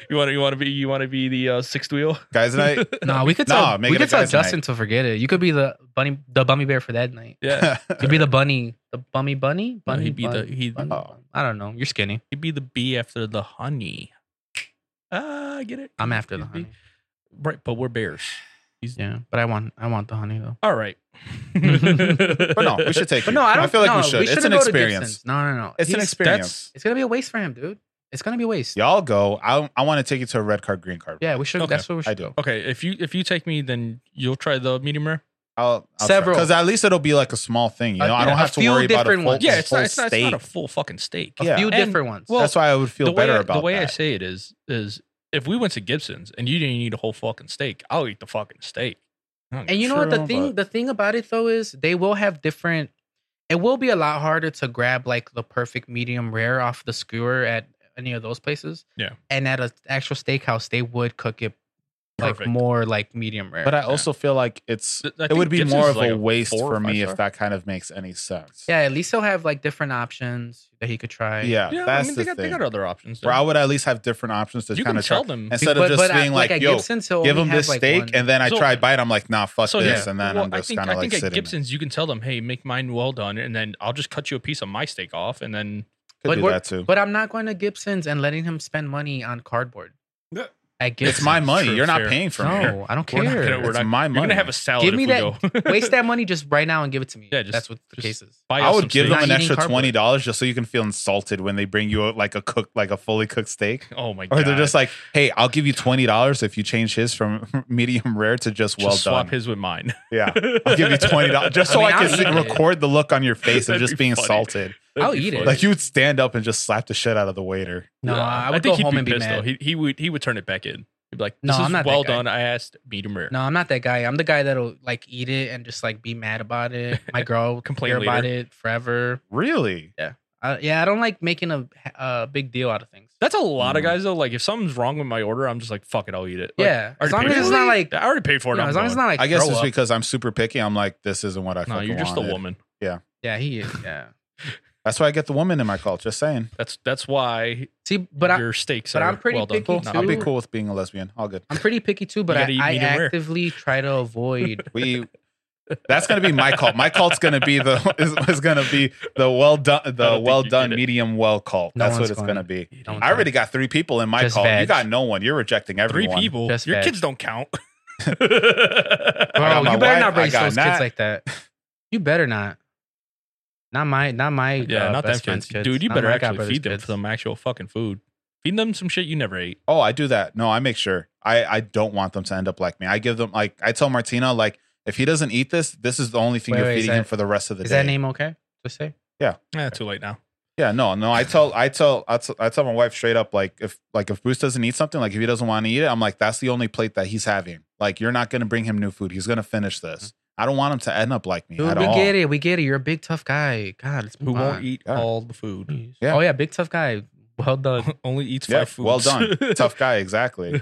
you want to you want to be you want to be the uh, sixth wheel?
Guys and I
No, we could
Nah,
tell
make
we
it a
could tell
guys' night.
Justin to forget it. You could be the bunny, the bummy bear for that night.
Yeah,
You'd be the bunny, the bummy bunny,
No,
bunny.
he'd be the
bun-
he'd,
bun-
Oh.
I don't know. You're skinny.
he'd be the B after the honey. Ah, I get it.
I'm after the
He's B.
honey.
Right, but we're bears. He's
Yeah, but I want I want the honey though.
all right.
But no, we should take
But
you.
no, I don't.
I feel like
no,
we should. it's
shouldn't
an
go to
experience.
Gibson's. No, no, no.
It's an
He's-
experience.
It's gonna be a waste for him, dude. It's gonna be a waste.
Y'all go. I I want to take you to a red card, green card.
Yeah, we should.
Okay.
That's what we should
I do.
do.
Okay, if you if you take me, then you'll try the medium rare.
I'll,
Several.
because at least it'll be like a small thing. You know,
Uh,
I
yeah,
don't
a
have to
few
worry about a
different
full,
ones.
Yeah, it's not, it's, not,
steak.
it's not a full fucking steak.
Yeah.
A few
And-
different ones.
well,
That's why I would feel
the way
better
I,
about
the way I
that.
say it is is if we went to Gibson's and you didn't eat a whole fucking steak, I'll eat the fucking steak. I don't
And you know what the
True,
thing
but-
the thing about it though is they will have different it will be a lot harder to grab like the perfect medium rare off the skewer at any of those places.
Yeah.
And at an actual steakhouse they would cook it like
Perfect.
more like medium rare.
but I also feel like it's
Th- I
it
think
would be
Gibson's
more
is
of
like
a
a
waste
four or
for me
five
if
star.
that kind of makes any sense.
yeah, at least they'll have like different options that he could try.
yeah,
yeah,
that's
I mean,
the
they got,
thing.
they got other options.
Where
there.
I would at least have different options to
you
kind
can
of
tell
try.
them.
Instead
But-
of
but
just
at-
being like,
at
"Yo,
Gibson's, he'll
give
only
them this
have, like,
steak,"
one-
and then I
So-
try to bite. I'm like, "Nah, fuck
so
this,"
yeah,
and then
well,
I'm
I
just
think
kind
I
of like
think at
sitting. there.
Gibson's you can tell them, hey, make mine well done, and then I'll just cut you a piece of my steak off, and then
Could
But
do
we're-
that too.
But I'm not going to Gibson's and letting him spend money on cardboard. I guess
It's my money.
true,
You're not
fair.
paying for me.
No, I don't
We're
care.
not gonna- we're
It's
not-
my
You're
money.
gonna have a salad.
Give me
if we go.
Waste that money just right now and give it to me.
Yeah, just-
that's what the
just-
case is.
Buy
I
us
would
some
give
steak.
them an
Not eating
extra
cardboard.
twenty dollars just so you can feel insulted when they bring you like a cook, like a fully cooked steak.
Oh my god!
Or they're just like, "Hey, I'll give you twenty dollars if you change his from medium rare to just well
just swap
done."
his with mine.
yeah, I'll give you twenty dollars just
I
so I,
mean, I'll
can sit and
eat it.
record the look on your face of
That'd
just
be
being
funny.
insulted.
That'd
I'll
be
eat it.
funny.
Like you would stand up and just slap the shit out of the waiter.
No,
Yeah.
I would
think
go
he'd
home and be
pissed,
mad.
Though. He, he would he would turn it back in. He'd be like,
No,
"This
I'm
is
not that
well
guy.
done. I asked medium rare.
No, I'm not that guy. I'm the guy that'll like eat it and just like be mad about it. My girl will
Complain
complain about
later.
it forever.
Really?
I, yeah, I don't like making a, a big deal out of things.
That's a lot of
Mm.
guys though. Like if something's wrong with my order, I'm just like, fuck it, I'll eat it. Like,
yeah,
I
as
already
long as
paid
it's
for
not like
it. I already paid for it.
you know,
I'm
as long as it's
going.
not like
I guess
throw
it's
up.
because I'm super picky. I'm like, this isn't what I.
No,
fucking
you're just
wanted.
a woman.
yeah he is yeah.
That's why I get the woman in my cult. Just saying.
That's that's why
See, but I,
your steaks
but
are
I'm pretty
well done.
picky,
Cool.
too.
I'll be
Dude.
cool with being a lesbian. All good.
I'm pretty picky too. But
You gotta
I,
eat
I
medium rare.
actively try to avoid.
We. That's gonna be my cult. My cult's gonna be the is, is gonna be the well done
don't
the
think
well
you
done
get it.
medium well cult.
No
That's
one's
what it's
going.
gonna be.
Don't
I
try.
already got three people in my
Just
cult. You
veg.
got no one. You're rejecting
Three
everyone.
people.
Just
your
veg.
kids don't count.
I got
Bro,
my
you better
wife,
not
I
raise
got
those
Nat.
kids like that. You better not. Not my, not my.
yeah,
uh,
not them
best friend's
kids. dude. You
Not
better
my god
actually
brother's
feed them
kids.
some actual fucking food. Feed them some shit you never ate.
Oh, I do that. No, I make sure. I I don't want them to end up like me. I give them like I tell Martina like if he doesn't eat this, this is the only thing
Wait,
you're
wait, is
feeding him
that-
for the rest of the
Is
day.
that name okay to say?
Yeah, too late now.
Yeah, no, no. I tell, I tell, I tell, I tell my wife straight up, like if, like if Bruce doesn't eat something, like if he doesn't want to eat it, I'm like, that's the only plate that he's having. Like you're not gonna bring him new food. He's gonna finish this. I don't want him to end up like me
Dude,
at
we
all.
Mm-hmm. get it. We get it. You're a big tough guy. God, let's move
Who
on.
won't eat
God.
all the food?
Jeez.
Yeah.
Oh yeah, big tough guy. Well done.
Only eats
Yeah,
five foods.
well done, tough guy. Exactly.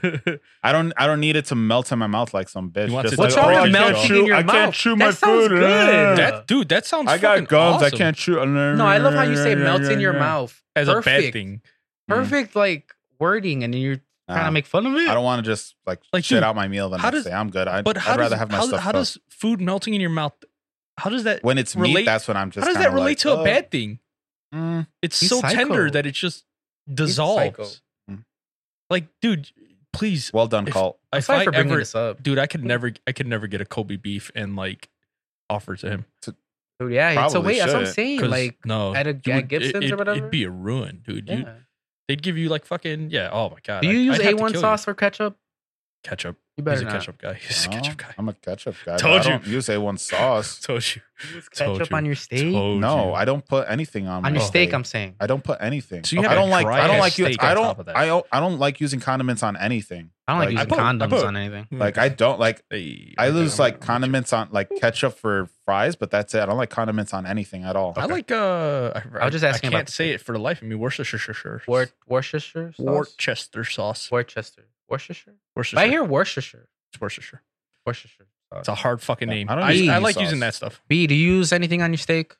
I don't, I don't need it to melt in my mouth like some bitch.
He wants
Just
it to
like,
What's wrong
oh, I
with
can't
melting
chew-
in your
I can't
mouth?
chew
That
my
sounds
food.
good.
That-
That dude, that sounds.
I got
fucking
gums. I
awesome.
can't chew.
No, I love how you say melts in your mouth.
as
perfect,
a bad thing. Mm-hmm.
Perfect like wording, and then you're trying to make fun of it.
Mm-hmm. I don't want to just like,
Like,
shit
dude,
out my meal the
how
next
does-
day. I'm good. I,
But how
I'd
does,
rather have my
how,
stuff.
how
cooked.
does food melting in your mouth? How does that?
when it's meat?
relate-
That's when I'm
How
just.
does
kinda
that relate
like, uh,
to a
"Ugh,
bad thing?
mm."
It's
He's
so tender
psycho.
that it just
psycho. Hmm.
dissolves.
Mm.
Like, dude, please.
Well done,
If-
Colt.
If
Sorry
I
for bringing
ever,
this Hmm. up,
dude, I could never, I could never get a Kobe beef and like offer to him.
dude. Yeah, it's a
probably
way. That's what I'm
shouldn't,
saying.
'Cause,
Like,
no,
at a-
you
at
would-
Gibson's or
it,
whatever?
it'd be a ruin, dude. You,
yeah.
they'd give you like fucking yeah. Oh my god.
do you
I,
use
I'd have to
A1
kill you.
sauce for ketchup?
Ketchup.
You
He's
better
a
not.
ketchup guy. He's a
No,
ketchup guy.
I'm a ketchup guy. Told
Told
you. I
you.
don't use A1 sauce.
Told you. Told
Ketchup
you.
on your steak.
Told
no,
you.
I don't put anything on.
On
my
your steak,
steak.
I'm oh, saying.
I don't put anything.
So you have
I
a
don't like. I don't
dry-ass
like. You,
steak on
I
top of
don't.
that.
I don't. I don't like using condiments on anything.
I don't like
Like,
using
I put- I
condoms
put-
on anything.
Like I don't like.
Hmm. Hey,
I
Mm. okay,
lose
I'm-
like
I'm with you.
condiments on like ketchup for fries, but that's it. I don't like condiments on anything at all.
I like uh. I,
I was just
I
asking about
can't
the
say
steak.
it for the life of me. Worcestershire. sauce.
Wor- Worcestershire. sauce?
Worcester sauce.
Worcester. Worcestershire. If
Worcestershire.
I hear Worcestershire.
It's Worcestershire.
Worcestershire.
It's a hard fucking
Yeah,
name.
I
I,
don't
I,
use any
like
sauce.
using that stuff.
B, do you use anything on your steak?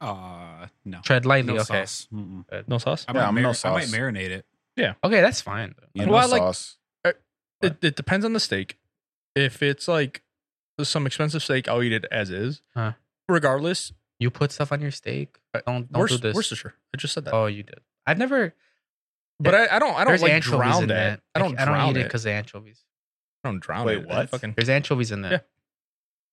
Uh, no.
Tread lightly.
No
okay.
sauce. Mm-mm.
No sauce.
I,
Yeah,
might
I'm no
mar- I
sauce.
might marinate it.
Okay, that's fine.
You
well, I
know,
like-
sauce.
It, it depends on the steak. If it's like some expensive steak, I'll eat it as is.
Huh.
Regardless,
You put stuff on your steak. Don't don't
Uh, Worcester,
do this.
Worcestershire. I just said that.
Oh, you did. I've never.
but I, I don't. I don't
There's
like
anchovies
drown
in
that.
that.
I don't.
I
drown
don't eat it
it.
because of anchovies.
I don't drown
Wait,
it. I
what?
Fucking.
There's anchovies in that.
Yeah.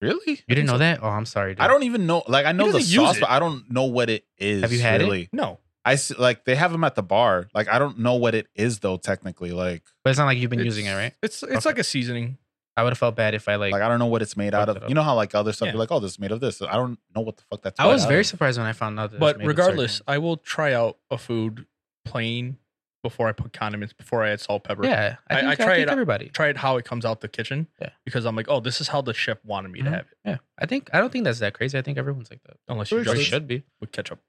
Really?
You didn't know that? Oh, I'm sorry. Dude.
I don't even know. Like I know the
doesn't use
sauce,
it.
but I don't know what it is.
Have you had it?
really.
No.
I s- like they have them at the bar. Like I don't know what it is though. Technically, like
But it's not like you've been
It's-
using it, right?
It's it's
Okay.
like a seasoning.
I would have felt bad if I like.
like I don't know what it's made
Look
out
it
of.
up.
You know how like other stuff
Yeah.
you're like, oh, this is made of this. I don't know what the fuck that's.
I was
made
very
out of.
surprised when I found out. That it was
uh, but
made with
regardless,
sardines.
I will try out a food plain before I put condiments, before I add salt, pepper.
yeah,
I-
I, think,
I
I
try
think
it-
everybody.
Try it how it comes out the kitchen.
Yeah.
Because I'm like, oh, this is how the chef wanted me
Mm-hmm.
Mhm.
to have it.
Yeah, I think I don't think that's that crazy. I think everyone's like that.
Unless
Or
you
it
dress
Or
Just-
it
should be.
with ketchup.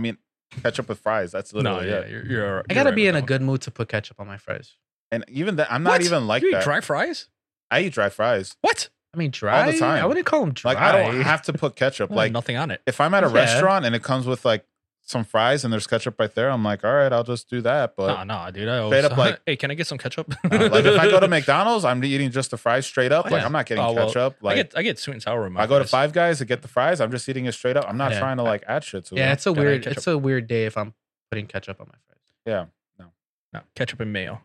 mean, ketchup with fries. That's
No,
literally
yeah,
it.
you're, you're,
I
you're
gotta
right
be
with
in
that
a
one.
good mood to put ketchup on my fries.
And even that, I'm not
What?
even like
you
that.
eat dry fries?
I eat dry fries.
What?
I mean, dry.
time.
I wouldn't call them dry.
Like I don't have to put ketchup.
Like
Like
nothing on it.
if I'm at a
Yeah.
restaurant and it comes with like some fries and there's ketchup right there, I'm like, all right, I'll just do that. But
Nah, nah, dude. I
straight
always,
up, like-
hey, can I get some ketchup?
uh, like if I go to McDonald's, I'm eating just the fries straight up.
Oh,
Like
yeah.
I'm not getting
Oh, well,
ketchup.
I
Like
get I get sweet and sour. with my
I go to
fries.
Five Guys to get the fries. I'm just eating it straight up. I'm not
Yeah.
trying to like add shit to
Yeah,
it.
it's a
Gotta add
weird.
ketchup.
It's a weird day if I'm putting ketchup on my fries.
No, ketchup and mayo.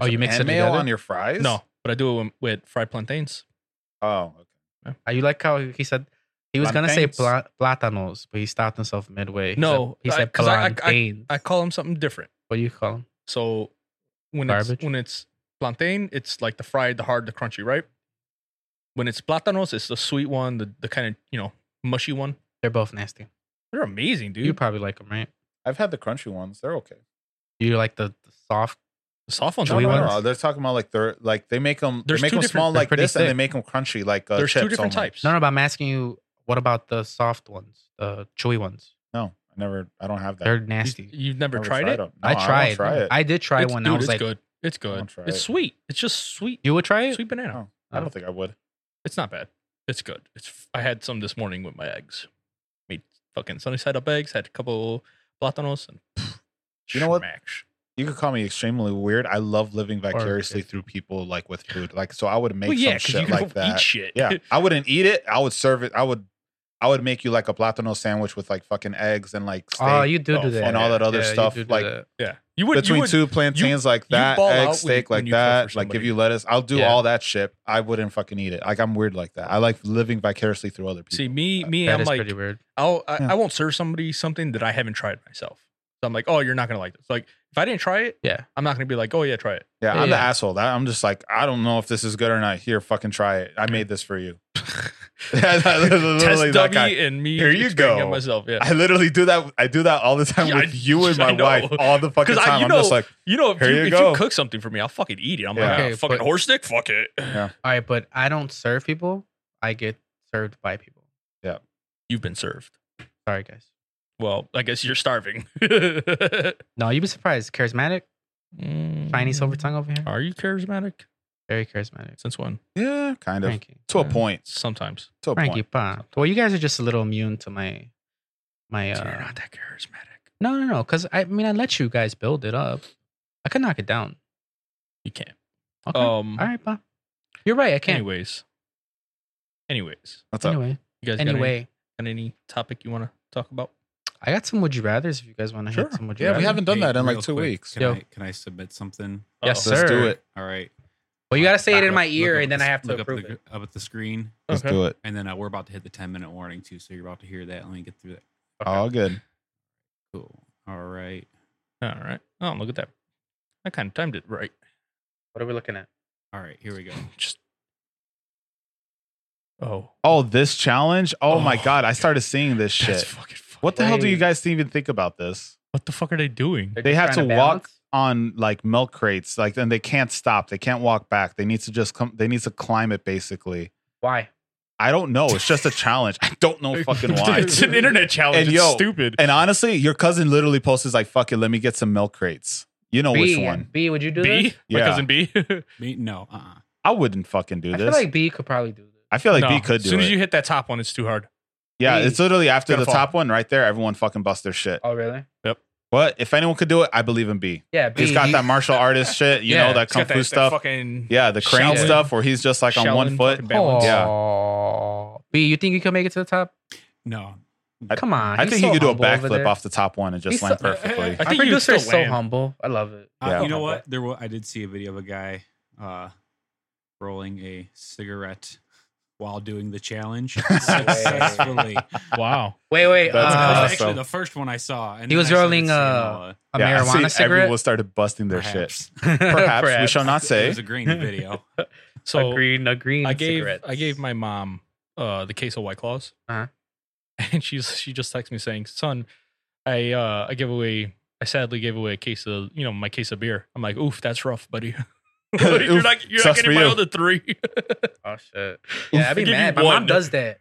Oh, you
Ketchup
mix
and
it
mayo
together?
on your fries?
No, but I do it with, with fried plantains.
Oh, okay.
Are Uh, you like how he said he was gonna say pla-
Plantains?
platanos, but he stopped himself midway. He
No,
said- he
I-
said
'cause I- I-
plantains.
I call them something different.
what do you call them?
So when
Garbage?
it's when it's plantain, it's like the fried, the hard, the crunchy, right? When it's platanos, it's the sweet one, the the kind of you know mushy one.
They're both nasty.
They're amazing, dude.
You probably like them, right?
I've had the crunchy ones. They're okay.
You like the, the soft.
the soft ones
No,
are
Chewy
no,
better.
no,
ones?
They're talking about like they're like they make them.
There's
they make
two
them
different-
small
they're
like
pretty
this, and they
thick.
make them crunchy like uh,
There's
chips
two different
almost.
types.
No, no. But I'm asking you, what about the soft ones, the chewy ones?
No, I never. I don't have that.
They're
You,
nasty.
you've never
Never
tried, it?
them. No,
I
don't
tried.
Try it.
I did try
It's-
one.
Dude,
I was
it's
like,
good. It's
I'll
good.
try
It's
it.
sweet. It's just sweet.
you would try it?
Sweet banana.
Oh. I don't think I would.
It's not bad. It's good. It's. f- I had some this morning with my eggs. Made fucking sunny side up eggs. Had a couple platanos and. pff,
You know what?
smash.
You could call me extremely weird. I love living vicariously through people like with food. Like so, I would make
Well,
some
yeah, because you
shit
can
like
go
that.
eat shit.
Yeah, I wouldn't eat it. I would serve it. I would, I would make you like a platano sandwich with like fucking eggs and like steak
Oh, you do
Oh,
do that.
and all that other
Yeah, you
stuff,
do do
like,
that.
yeah. You would.
between
you would,
two plantains like that,
ball out
egg
when
steak
you-
like
when you cook
that,
for
like if
somebody.
you lettuce, I'll do
Yeah.
all that shit. I wouldn't fucking eat it. Like I'm weird like that. I like living vicariously through other people.
See me. Me.
That
I'm
is
like.
pretty weird.
I'll, I,
Yeah.
I won't serve somebody something that I haven't tried myself. So I'm like, oh, you're not gonna like this. Like, if I didn't try it,
Yeah.
I'm not gonna be like, oh yeah, try it.
yeah, I'm the
yeah.
asshole. That I'm just like I don't know if this is good or not. Here, fucking try it. I made this for you. literally
Test
that guy.
Dubby and me.
Here you
experimenting
go.
myself. Yeah.
I literally do that. I do that all the time
Yeah, I-
with you and
I
my
know.
wife all the fucking
'Cause I-
time.
you
I'm just
know-
like,
you know, if,
Here
you,
you
if
go.
you cook something for me, I'll fucking eat it. I'm
Yeah.
like,
Okay,
"Ah, fucking
but-
horse dick. Fuck it.
All right, but I don't serve people. I get served by people.
You've been served.
Sorry, guys.
Well, I guess you're starving.
No, you'd be surprised. Charismatic, shiny silver tongue over here.
Mm. Are you charismatic?
Very charismatic.
Since when?
yeah, kind of
Frankie.
to a point.
Sometimes.
To a
Frankie
point.
Pa. Well, you guys are just a little immune to my my.
So you're
Uh,
not that charismatic.
no, no, no. Because I mean, I let you guys build it up. I could knock it down.
You can't.
Okay.
Um.
All right, Pa. You're right. I can't. Anyway.
Anyways. Anyways.
What's up?
Anyway.
You guys got any, got any topic you want to talk about?
I got some would you rather's if you guys want to
Sure.
hit some would you
Yeah,
rather.
we haven't done
Hey,
that in like
real
two
quick,
weeks.
Can
Yo.
I, can I submit something?
Yes,
Uh-oh.
sir.
Let's do it.
All right.
Well, you got to say it
Back
in
up-
my
look
ear,
up
and then
the-
I have to
look up
approve
the,
it.
Up at the screen,
Let's
Okay.
do it.
and then uh, we're about to hit the ten minute warning too. So you're about to hear that. Let me get through that.
All good.
Cool. All right.
All right. Oh, look at that. I kind of timed it right.
What are we looking at?
All right. Here we go.
Just. Oh.
Oh, this challenge. Oh, my
Oh,
god, I started seeing this shit.
That's fucking. Fuck.
What the hell do you
Wait.
guys even think about this?
What the fuck are they doing?
They're
They
just
have
trying
to walk-
balance?
On like milk crates, like then they can't stop. They can't walk back. They need to just come. They need to climb it. Basically,
Why?
I don't know. It's just a challenge. I don't know fucking why.
it's an internet
And
challenge. it's
yo,
stupid.
And honestly, your cousin literally posted like, "Fuck it, let me get some milk crates." You know which
B,
one?
B, would you do
B,
this?
my
Yeah.
cousin B.
Me? No. Uh. uh
I wouldn't fucking do
I
this.
feel like B could probably do this.
I feel like
No,
B could
As
do
soon
it.
as you hit that top one, it's too hard.
yeah,
B,
it's literally after
gotta
the
fall.
top one right there. Everyone fucking busts their shit.
Oh, really?
But if anyone could do it, I believe in B.
Yeah, B.
He's got
you-
that martial artist shit, you
Yeah,
know, that
it's
kung
got
fu stuff.
fucking
yeah, the crane
Shaolin-
stuff where he's just like on one
Shaolin
foot.
fucking balance.
Oh,
Yeah.
B, you think you can make it to the top?
No.
I-
Come on.
I
he's
think
so
he could do a
humble over
backflip
there.
off the top one and just
He's
land
so-
perfectly.
I
Our
think you
producer is
still
so
land.
humble. I love it.
Uh,
Yeah.
You know what? There was. I did see a video of a guy uh, rolling a cigarette while doing the challenge successfully.
Wow.
Wait,
That's
wait.
that was
uh,
awesome.
actually the first one I saw. And
He
then
was
I started
rolling,
seeing,
uh, a
Yeah, I've seen
marijuana cigarette.
Everyone started busting their shit.
perhaps.
Perhaps, we shall not
It
say.
was a green video.
So
a green, a green
I gave
cigarette.
I gave my mom uh, the case of White Claws,
Uh-huh.
and she's she just texted me saying, "Son, I uh, I gave away I sadly gave away a case of you know my case of beer." I'm like, "Oof, that's rough, buddy. you're
Oof,
not you're not
sucks for
getting my
you.
other three.
Oh shit. Yeah, I'd be
Give you
mad. My
one.
mom does that.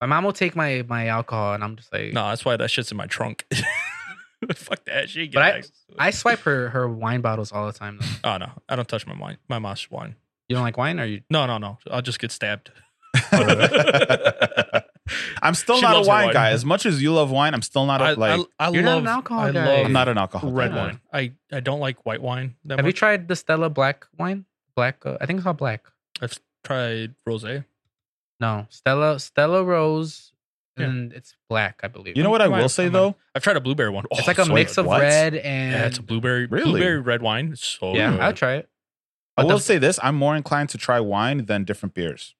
My mom will take my my alcohol, and I'm just like,
no, that's why that shit's in my trunk. Fuck that. She ain't getting
But I-
access to it.
I swipe her her wine bottles all the time. Though.
oh no, I don't touch my wine. My mom's wine.
You don't like wine, or you?
No, no, no. I'll just get stabbed.
I'm still
She
not a
loves her
wine
wine.
guy. As much as you love wine, I'm still not a,
I,
like.
I, I
You're not
love
an alcohol
I
guy.
love
I'm not an alcohol.
red
guy.
wine. I, I don't like white wine. That
Have you
much.
tried the Stella Black wine? Black, uh, I think it's called Black.
I've tried rosé.
No, Stella Stella Rose and it's black, I believe.
You know what I
I'm
will
gonna-
say
I'm gonna-
though?
I've tried a blueberry one. Oh,
it's like a
so
mix
like
of
what?
red
Yeah, it's
and
a blueberry
Really?
blueberry red wine. It's so
yeah.
good.
I'll try it.
I
But the-
will say this: I'm more inclined to try wine than different beers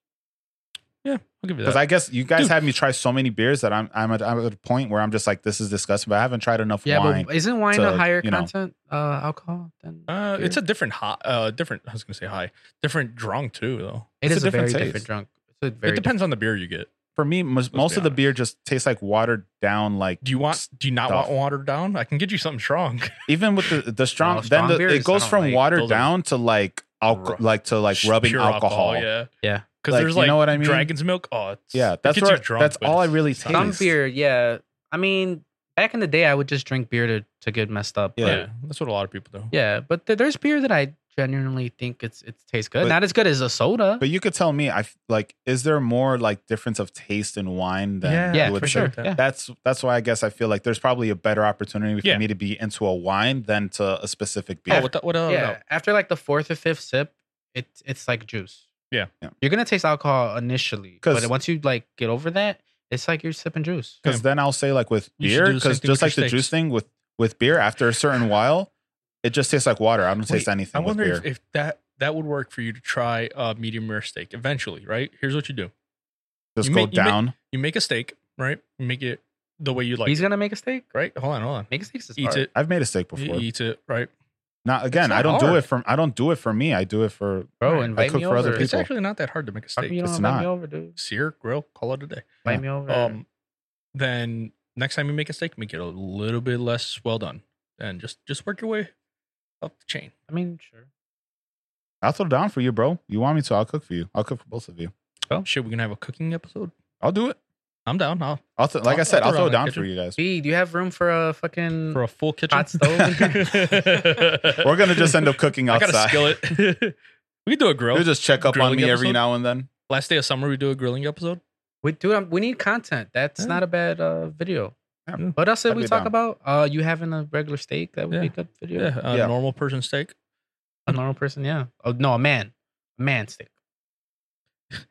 yeah, I'll give you
because
that.
I guess you guys
Dude.
had me try so many beers that I'm I'm at, I'm at a point where I'm just like this is disgusting, but I haven't tried enough
Yeah,
wine.
but isn't wine
to,
a higher
you know.
content uh, alcohol than?
uh, it's
beer?
a different hot, uh, different. I was gonna say high, different drunk too though.
It
it's
is
a
a,
different
very
taste.
different drunk. It's a very
it depends on the beer you get.
For me, most,
be
most of the
honest.
beer just tastes like watered down. Like
Do you want? Do you not
Stuff.
want watered down? I can get you something strong.
even with the the strong,
No,
then
strong
the, it
beers,
goes
I don't
from
like.
watered
Those are
down to like alco-
rough.
like to like rubbing
Pure
alcohol. Yeah,
Yeah,
Yeah.
Because
Like,
there's
you
like
know what I mean?
dragon's milk. Oh, it's, it
that's
gets you
where,
drunk,
that's
but
all I
it's-
really
it's
taste.
not-
Some beer, yeah. I mean, back in the day, I would just drink beer to to get messed up.
Yeah.
Yeah.
but-
that's what a lot of people do.
yeah. But th- there's beer that I genuinely think it's it tastes good.
But-
Not as good as a soda.
But you could tell me, I f- like, is there more like difference of taste in wine than
Yeah,
you
yeah,
would
for
say?
sure.
that.
Yeah.
That's that's why I guess I feel like there's probably a better opportunity for
Yeah.
me to be into a wine than to a specific beer.
Oh, what the, what uh,
yeah. After like the fourth or fifth sip, it it's like juice.
Yeah.
Yeah.
You're gonna taste alcohol initially,
'Cause-
but once you like get over that, it's like you're sipping juice.
because then I'll say like with
You should
beer,
do the same
because
thing with
just like
your
the juice
steaks.
thing with with beer, after a certain while, it just tastes like water. I don't taste
Wait,
anything
I
with
wonder
beer.
if, if that that would work for you to try a medium rare steak eventually, right? Here's what you do:
just
you
go
make- you make-
down.
you make a steak, right? You make it the way you like,
He's
it,
gonna make a steak.
right? Hold on, hold on.
Make a steak.
Eat it.
I've made a steak
You
before.
eat it, right?
Not again.
not
I don't do
hard.
it for I don't do it for me. I do it for
bro.
I
Invite
cook
me
for
over.
other
It's
people.
actually not that hard to make a
How come you
steak.
don't
It's
invite
not.
me over, dude?
Sear, grill, call it a day.
Invite
Yeah.
me over.
Um, then next time you make a steak, make it a little bit less well done, and just just work your way up the chain.
I mean, sure.
I'll throw down for you, bro. You want me to? I'll cook for you. I'll cook for both of you.
Shit, we're gonna have a cooking episode.
I'll do it.
I'm down. I'll
I'll th- like i
I'll-
said,
I'll
I'll
throw
throw
it on
down
the
for you guys.
B, do you have room for a fucking?
for a full kitchen
Hot stove in
Mm. We're gonna just end up cooking
I got
outside.
a skillet. we can do a grill.
You just check up on
Grilling
me every
episode?
now and then.
Last day of summer, we do a grilling episode.
We do. um, We need content. That's
Yeah. Mm.
not a bad uh, video.
Yeah.
What else did
I'd
we
be
talk
down.
about? Uh, you having a regular steak that would be
Yeah.
a good video.
Yeah, a
Yeah.
normal person steak.
A normal person, yeah. Oh no, a man, a man steak.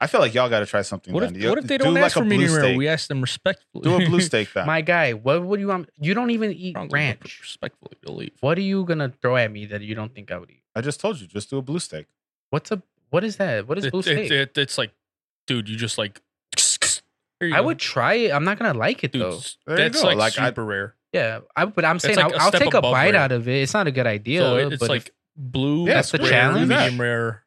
I feel like y'all got to try something.
What if,
then. You-
what if they
do
don't
like
ask
a
for
blue
medium rare?
steak.
We ask them respectfully.
do a blue steak then.
My guy, what would you want? You don't even eat
Wrong, but
ranch.
Respectfully, you'll leave.
What are you gonna throw at me that you don't think I would eat?
I just told you, just do a blue steak.
What's a what is that? What is
It-
blue
it-
steak?
it- it's like, dude, you just like. Here you
I
go.
would try it. I'm not gonna like it
Dude,
though.
s-
There you
that's
go.
like,
Like, I-
super rare.
Yeah, I, but I'm saying
like a
I'll, I'll
step
take a
above
bite
rare.
out of it. It's not a good idea.
so it- it's
but
like blue.
Yeah,
That's the
rare,
challenge.
Medium rare.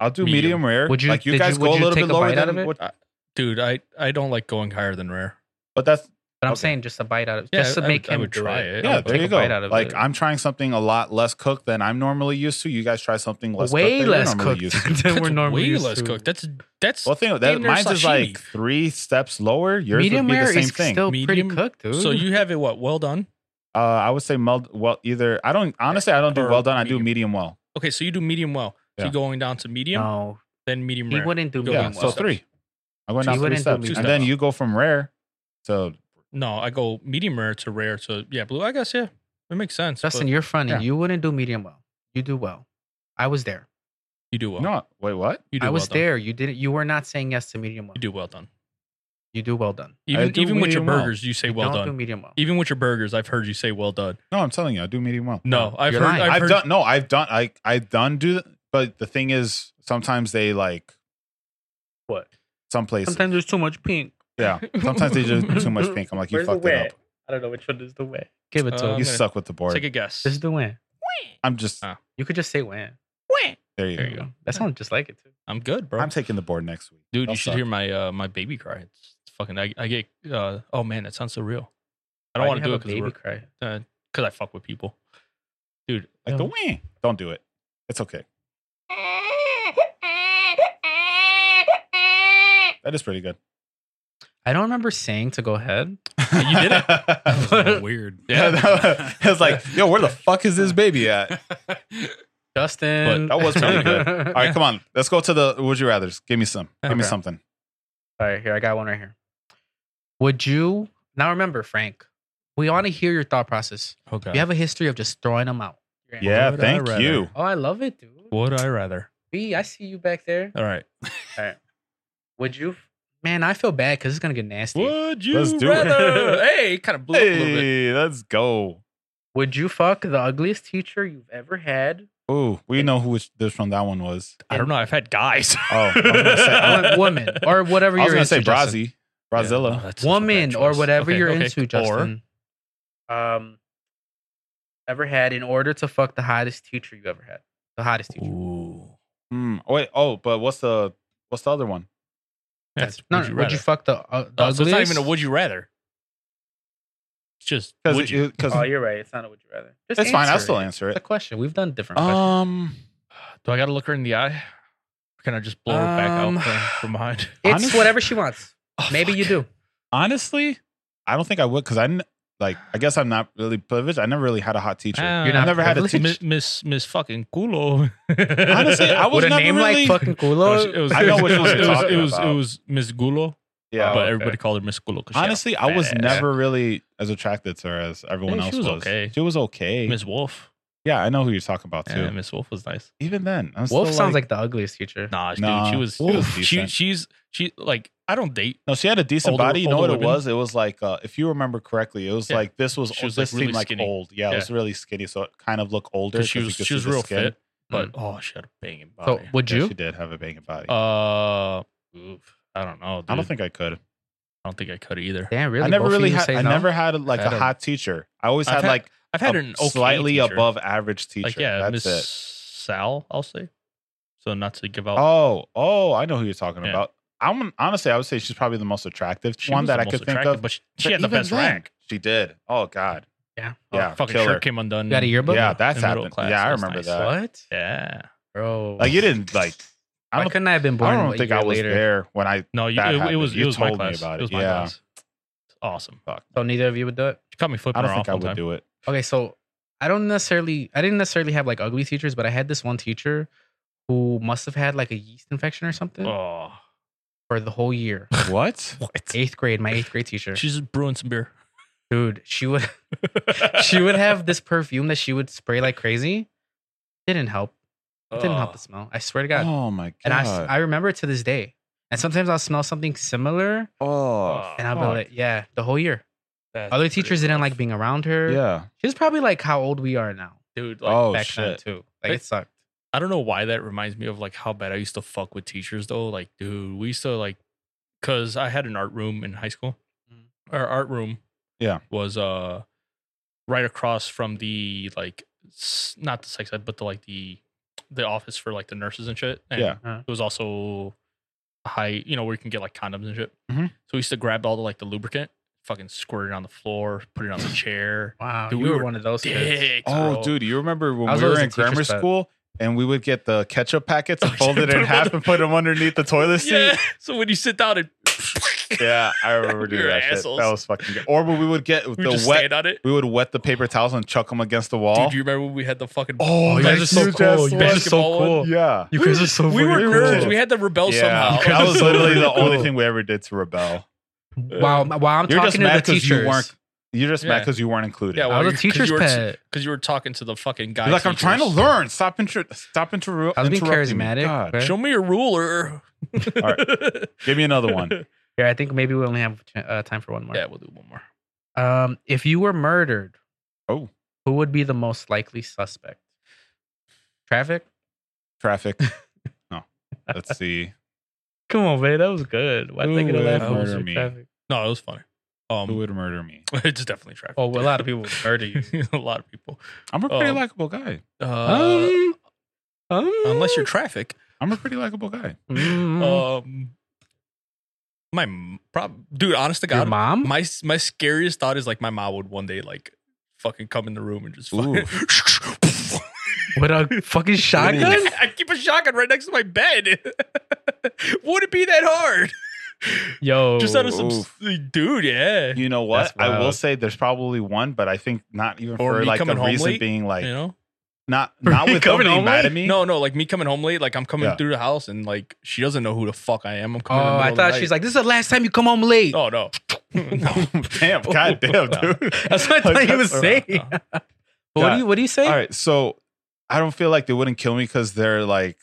I'll do medium,
Medium.
rare.
Would you-
like you
did you-
guys
would
go a
you
little
take
bit
a
lower
bite out
than
of it?
what?
Dude, I, I don't like going higher than rare.
But that's
but I'm
okay.
saying just a bite out of
Yeah,
just
I
to make
would, I
him
would
do
try
it.
it.
yeah.
I'll
There
take
you
a
go.
bite out of
Like
it.
I'm trying something a lot less cooked than I'm normally used to. You guys try something less cooked
way
than you're
less
normally
cooked
used to.
than
That's
we're normally
way
used
less
to.
cooked. That's that's
Well, think of that.
Damn near
Mine's is like
sashimi.
three steps lower. Yours
medium
would be
rare
the same
is
thing.
still
Medium-
pretty cooked, dude.
so you have it what well done.
uh, I would say meld, well. Either I don't honestly. I don't do
Or
well done. I do
medium.
medium well.
Okay, so you do medium well.
Yeah.
So you're going down to medium,
no,
then medium
he
rare.
wouldn't do
Go
Yeah.
medium
down
So
well.
one step.
three. I went
So
down
you
three
wouldn't do
steps,
medium
and then
well.
you go from rare to
No, I go medium rare to rare to yeah blue. I guess yeah, it makes sense.
Justin,
but
you're funny.
Yeah.
You wouldn't do medium well. You do well. I was there.
you do well.
no. Wait, what?
you do
I
well
was
done.
there. You didn't. You were not saying yes to medium well.
You do well done.
You do well done.
I
Even
do
even with your
medium well.
burgers, you say
You
well
don't
done.
do medium well.
even with your burgers, I've heard you say well done.
No, I'm telling you, I do medium well.
No, I've
You're
heard.
lying.
I've,
I've,
heard,
done no, I've done I I've done do but the thing is sometimes they like
What?
some places
Sometimes there's too much pink.
yeah. Sometimes they do too much pink. I'm like, you fucked it up.
I don't know which one is the way.
Give
Uh,
it to him.
you
I'm gonna
suck with the board.
Take a guess.
This is the win.
I'm just
Uh,
You could just say win.
there you
There
go.
you go. That sounds just like it too.
I'm good, bro.
I'm taking the board next week.
Dude,
Y'all
you should
suck.
hear my uh my baby cry. It's fucking. I, I get. uh Oh man, that sounds so real. I don't
Why
want to
you
do it
have a
because
baby cry.
because I fuck with people. Dude,
like the wing. Don't do it. It's okay. That is pretty good.
I don't remember saying to go ahead.
you did it.
That was a little
it.
weird.
yeah, that was, it was like, yo, where the fuck is this baby at?
Justin.
But that was pretty good.
All
All right, come on. Let's go to the would you rather's. Give me some. Give me
Okay.
something.
All right, here I got one right here. Would you now remember, Frank? We want to hear your thought process.
Okay.
You have a history of just throwing them out.
Yeah,
Would I
thank
rather?
you.
Oh, I love it, dude.
Would I rather?
B, I see you back there.
All right.
Would you? Man, I feel bad because it's gonna get nasty.
Would you
Let's do it.
rather? hey, kind of blew up a little bit.
Hey, let's go.
Would you fuck the ugliest teacher you've ever had?
Ooh, we know who which, this from that one was.
I don't know. I've had guys.
Oh, I was gonna say, I
Wo- woman or whatever
I was
you're
gonna say
into. Justin.
Brazzy,
Oh,
Brazilla.
Woman or whatever you're into,
Or,
Justin. um, ever had in order to fuck the hottest teacher you ever had. The hottest teacher.
ooh.
Hmm. Oh, wait. Oh, but what's the what's the other one?
That's,
Yeah,
no,
would
no,
you
would,
rather.
you fuck the, uh, the
Oh, so it's not
ugliest?
even a would you rather. It's just would
Because
you?
Oh, you're right. It's not a would you rather. Just
it's fine. I'll
answer
still
it.
answer
It's a
it.
question. We've done different
Uh,
questions.
Um,
Do I got to look her in the eye? Or can I just blow her back
Um,
out from, from behind?
It's
honestly-
whatever she wants.
Oh,
Maybe you
fuck.
do.
honestly, I don't think I would because I didn't- like. I guess I'm not really privileged. I never really had a hot teacher.
Ah,
You're not
I've never had a
privileged?
teacher.
Miss Miss, Miss fucking Culo.
Honestly, I was
With a
never
name
really-
like fucking
was-
Gulo.
was-
I know
it
which
was-
one you're
it was-
talking
It was,
about.
it was Miss Gulo,
Yeah.
but
okay.
everybody called her Miss Gulo. 'cause she had a
Honestly, I was
fat ass.
never really as attracted to her as everyone
Hey, she
else
was
was.
okay.
She was okay.
Miss Wolf.
yeah, I know who you're talking about too.
Yeah, Miss Wolf was nice.
Even then, I'm
Wolf
still
sounds like the ugliest teacher.
Nah,
Nah,
dude, she was.
it was
she
decent.
she's she like I don't date.
no, she had a decent
older-
body. You know
older
what
women.
it was? It was like uh, if you remember correctly, it was
Yeah.
like this was,
She was, like,
this
really
seemed like
skinny.
old. Yeah, it was really skinny, so it kind of looked older.
'cause she
'cause you
was
could
she
see
was
the
real
skin. Mm.
fit, but oh, she had a banging
So
body.
would
Yeah,
you?
she did have a banging body.
uh, oof, I don't know. Dude.
I don't think I could.
I don't think I could either.
Damn, really?
I never
Both of
really
you
had.
say
I
no?
never had like
Had
a
a-
hot teacher. I always
I've
had,
had-
like
I've had
a
an okay
slightly
teacher.
above average teacher.
Like yeah,
that's
Miss
it.
Sal, I'll say. So not to give out.
Oh, oh, I know who you're talking
Yeah.
about. I'm honestly, I would say she's probably the most attractive
she
one
was
that
the
I
most
could think
attractive,
of.
But she,
But
she had the
even
best
then,
rank.
She did. Oh God.
Yeah.
Oh,
Yeah.
fucking
killer.
shirt came undone.
You got a yearbook?
Yeah,
In
that's
middle
happened.
class,
Yeah, I
that's
remember
nice.
that.
What?
Yeah.
Bro.
Like you didn't like. I
Why
don't.
couldn't I have been born?
I don't
a
think
year
I was
later?
there when I.
No, you,
That
it, it was
happened.
it
You
was my
told me
class.
about
It was
it,
my
yeah.
class. It's awesome.
So neither of you would do it.
She caught me flipping
I don't
her
think I
off
would
one time.
do it.
Okay, so I don't necessarily, I didn't necessarily have like ugly teachers, but I had this one teacher who must have had like a yeast infection or something
Oh,
for the whole year.
What?
what?
Eighth grade, my eighth grade teacher,
She's just brewing some beer.
dude, she would she would have this perfume that she would spray like crazy. Didn't help. It didn't
Oh,
help the smell. I swear to God.
Oh my God.
and I, s- I remember it to this day. And sometimes I'll smell something similar,
oh.
and I'll be
fuck.
like, yeah, the whole year.
That's
Other
pretty
teachers didn't
rough.
like being around her.
Yeah.
She was probably like how old we are now.
dude. Like,
Oh
back then
shit.
too. Like it sucked.
I don't know why that reminds me of like how bad I used to fuck with teachers though. Like, dude, we used to like, cause I had an art room in high school.
Mhm.
Our art room,
Yeah.
was uh right across from the like s- not the sex ed, but the like the the office for like the nurses and shit. And
Yeah.
Uh-huh.
it was also high, you know, where you can get like condoms and shit.
Mhm.
So we used to grab all the like the lubricant, fucking squirt it on the floor, put it on the chair.
Wow,
Dude,
you
we
were
were
one of those kids.
Dicks,
Oh,
bro.
dude, you remember
I
when
was
we were
always a
in
teacher's
grammar
pet.
school and we would get the ketchup packets and
Oh,
fold
yeah,
it
put
in
'em
half
under-
and put them underneath the toilet seat?
Yeah. So when you sit down and
Yeah, I remember doing
You're
that shit.
assholes.
That was fucking good. Or when we would get
we
the
just
wet,
stand on it.
we would wet the paper towels and chuck them against the wall.
Dude, do you remember when we had the fucking
oh,
you
that
guys are so
huge
cool.
ass
You
guys are so
basketball one.
cool.
Yeah.
You guys are so
we were
fucking
nerds.
cool.
We had to rebel
yeah.
somehow.
That was literally the only
cool.
thing we ever did to rebel.
Wow, wow! I'm
You're just
talking to the
mad 'cause
teachers.
you weren't- You're just mad
Yeah.
because you weren't included.
Yeah, well,
I was
you-
a
'cause
teacher's
you were-
pet.
because you were talking to the fucking guy.
You're like, I'm trying to
teachers.
learn. Stop inter- stop inter-
I was being
interrupting me.
charismatic.
God.
okay?
Show me your ruler.
All Give me another one.
Here, I think maybe we only have uh, time for one more.
Yeah, we'll do one more.
Um, if you were murdered,
Oh.
who would be the most likely suspect? Traffic.
Traffic. No. Let's see.
Come on, man, that was good. Why did I
Who
get a laugh?
would
when I
murder
said
me?
Traffic?
No, it was funny.
Who
Um,
would murder me?
it's definitely traffic.
Oh, well, a lot of people would murder you.
a lot of people.
I'm a pretty
Um,
likable guy. Oh,
Uh,
um, um,
unless you're traffic.
I'm a pretty likable guy. Mm-hmm.
Mm,
Um, my m- prob- dude, honest to
your
God,
mom.
my my scariest thought is like my mom would one day like fucking come in the room and just fucking.
with a fucking shotgun.
I keep a shotgun right next to my bed. would it be that hard?
Yo,
Just out of some
Oof.
dude, yeah. You,
You know what?
That's
I will
wild.
say there's probably one, but I think not even
Or
for
me
like the
coming home
reason
late,
being like
know?
not not
me
with coming
coming home
being
late?
mad at me.
No, no, like me coming home late, like I'm coming
Yeah.
through the house and like she doesn't know who the fuck I am. I'm
Oh,
coming. in the
I
middle of
thought
the
she's
night.
like, "This is the last time you come home late."
Oh no. no.
damn,
Oh,
goddamn,
No.
dude.
That's what I thought he was saying.
no.
But What do you What do you say?
All right, so I don't feel like they wouldn't kill me because they're like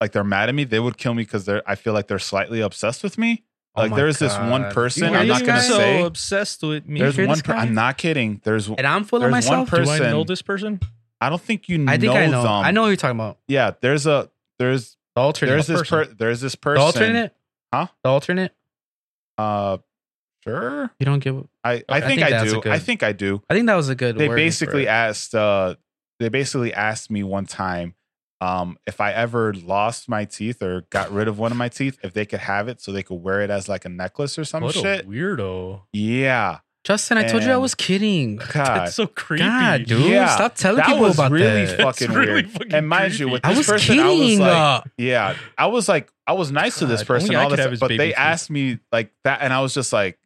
like they're mad at me. They would kill me because they're I feel like they're slightly obsessed with me.
Oh
Like
my
there is this one
God.
person.
You
I'm
are
not
this
gonna
guy?
so
say.
obsessed with me.
There's
hear
one.
this
Per-
guy?
I'm not kidding. There's.
and I'm full of
There's one
myself.
person-
Do I know this person?
I don't think you know.
I think I know.
Them.
I know what you're talking about.
Yeah. There's a. There's.
The alternate.
There's this.
person.
Per- there's this
The
person.
alternate.
Huh?
The alternate.
Uh, sure.
You don't give.
I. I
I
think
think
I,
that's
do.
a good-
I think I do.
I think that was a good.
They
word
basically
for it.
asked. Uh, they basically asked me one time. Um, if I ever lost my teeth or got rid of one of my teeth, if they could have it so they could wear it as like a necklace or some
what
shit.
a weirdo.
yeah.
Justin, I told you I
And-
was kidding.
God.
That's so creepy.
God, dude,
Yeah.
stop telling
that
people
was
about
really
that.
That's
fucking
really
weird.
fucking
and mind you,
creepy.
with
I
this
was
person,
kidding.
I was like,
uh,
yeah, I was like, I was nice to this
God,
person
only I
all
could
this,
have his
but they
baby teeth.
asked me like that, and I was just like,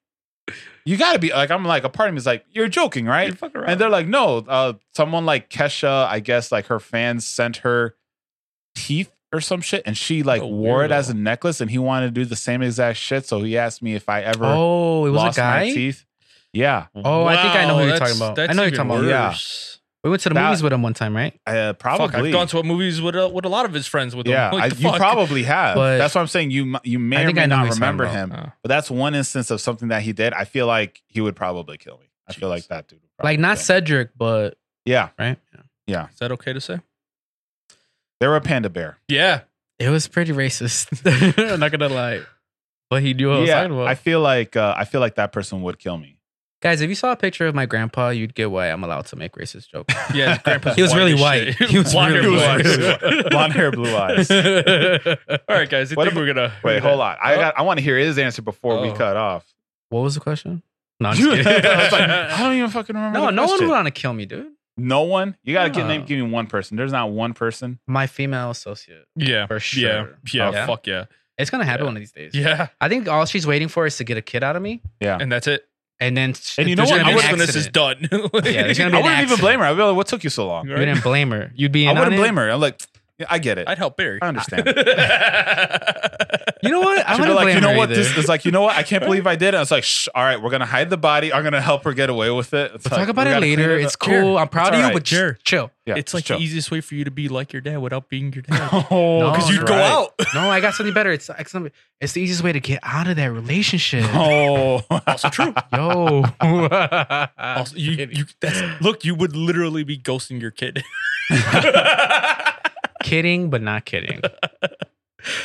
you got to be like, I'm like, a part of me is like, you're joking, right?
You're fucking around.
and they're like, no, uh, someone like Kesha, I guess, like her fans sent her teeth or some shit, and she like
What a
wore it as a
weirdo.
necklace, and he wanted to do the same exact shit, so he asked me if I ever
oh, it was
lost
a
my
guy.
teeth. Yeah,
Oh, I think I know who you're
that's-
talking about.
that's
I know who
even
you're talking
Yeah.
about.
worse.
We went to the
That-
movies with him one time, right?
uh, probably.
Fuck, I've gone to movies with a, with a lot of his friends with
yeah,
him. Like,
I-
the
you
fuck?
probably have.
But-
that's what I'm saying. You m- you may
I
or
think
may
I know
not
who he's talking
remember
about.
him,
Oh.
but that's one instance of something that he did. I feel like he would probably kill me. I feel
Jeez.
like that dude. Would probably
Like not
kill me.
Cedric, but
Yeah,
right.
Is that okay to say?
they were a panda bear.
Yeah.
It was pretty racist. I'm not gonna lie, but he knew what I was talking
yeah,
about.
I feel like uh, I feel like that person would kill me.
Guys, if you saw a picture of my grandpa, you'd get why I'm allowed to make racist jokes.
Yeah. his grandpa's
He was really
as
white.
shit.
He was
Blonde hair,
really
blue
white.
eyes.
Blonde hair, blue eyes.
All right, guys. I
What
think
about-
we're gonna
Wait, hold on. I
Oh.
got. I want to hear his answer before we
Oh.
cut off.
What was the question? No, I'm just
I
kidding.
was like, I don't even fucking remember.
no,
the
no one
question.
would want to kill me, dude.
No one. You gotta give
No.
name. Give me one person. There's not one person.
My female associate,
Yeah.
for sure.
Yeah. Yeah.
Okay.
Fuck yeah.
It's gonna happen
Yeah.
one of these days.
Yeah.
I think all she's waiting for is to get a kid out of me,
And that's it.
and then
And you know
there's
what?
gonna be
I
an
was
wish when this is
accident.
done.
Yeah, there's
I
gonna be an
wouldn't even
accident.
blame her. I'd be like, "What took you so long?"
Right.
You didn't blame her. You'd be.
I
In
wouldn't
on
blame
it.
her. I'm like, yeah, I get it.
I'd help Barry.
I understand.
you
You know what? I'm
She'd be
gonna
like,
blame
you know
her
what?
either.
This is like, you know what? I can't believe I did. it. I was like, shh, all right, we're gonna hide the body. I'm gonna help her get away with it. It's
We'll
like,
talk about
we
it
gotta clean
later. It's
up.
cool. I'm proud
It's
of you,
alright.
but
Sure.
just chill.
Yeah,
it's like
chill.
the easiest way for you to be like your dad without being your dad.
Oh,
No,
Because you'd
that's
go
right.
out.
No, I got something better. It's it's something- it's the easiest way to get out of that relationship.
Oh,
Also true.
Yo,
Also, you, you, that's, look, you would literally be ghosting your kid.
kidding, but not kidding.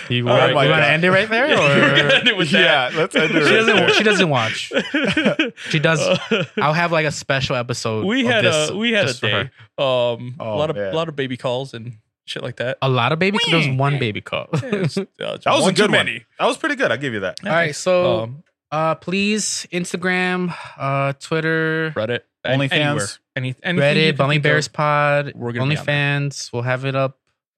You
All
want,
right, my
you want to
Oh God.
end it right there,
You're gonna
or
end it with
yeah. Let's end it
she
right there.
doesn't? She doesn't watch.
that.
She does.
Uh,
I'll have like a special episode.
we
of
had
this
a we had a
just for
day.
her.
Um, a
Oh,
lot of
man. Oh.
lot of baby calls and shit like that.
A lot of baby. There was one baby call.
Yeah, it's, uh, it's
That was a
too
good one.
many.
That was pretty good. I give you that.
All right, so
Um,
uh, please Instagram, uh, Twitter,
Reddit,
OnlyFans.
any- anywhere, any, anything you
Reddit,
can
Bummy
think
Bears Pod,
We're gonna be on there.
OnlyFans. We'll have it up.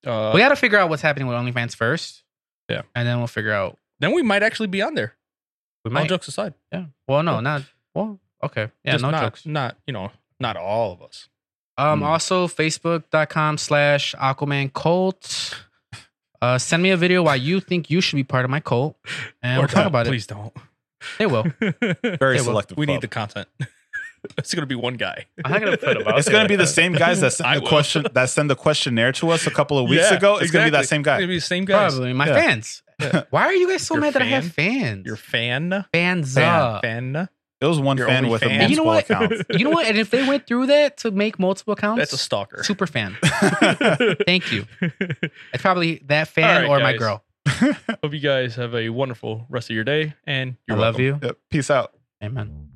of. Uh,
we got to figure out what's happening with OnlyFans first.
Yeah.
and then we'll figure out.
then we might actually be on there.
We
All
might.
jokes aside,
Yeah. Well, no, not. Well, okay. Yeah,
Just
no
not,
jokes.
Not you know, not all of us.
Um,
Hmm.
also facebook.com slash Aquaman cult. Uh, send me a video why you think you should be part of my cult, and
Or
we'll talk
don't.
about
Please don't.
it. They will.
Very
Yeah, well,
selective.
We
club.
need the content. it's gonna be one guy.
I'm not gonna put them out
It's gonna be the same guys that
I
sent the
will.
question that sent the questionnaire to us a couple of weeks
Yeah,
ago. It's gonna be that
exactly.
same
It's gonna
guy.
be the same guy.
Probably my
Yeah.
fans.
Yeah.
Why are you guys so
Your
mad that I have
fan?
fans?
Your fan,
fans.
fan,
up.
fan.
It was one
Your
fan
only
with a
fan.
multiple
You know what?
accounts.
You know what? And if they went through that to make multiple accounts,
That's a stalker.
super fan. Thank you. It's probably that
All
fan
right,
or my
guys.
girl.
Hope you guys have a wonderful rest of your day, and
I
you're
love
welcome.
you.
Yep. Peace out.
Amen.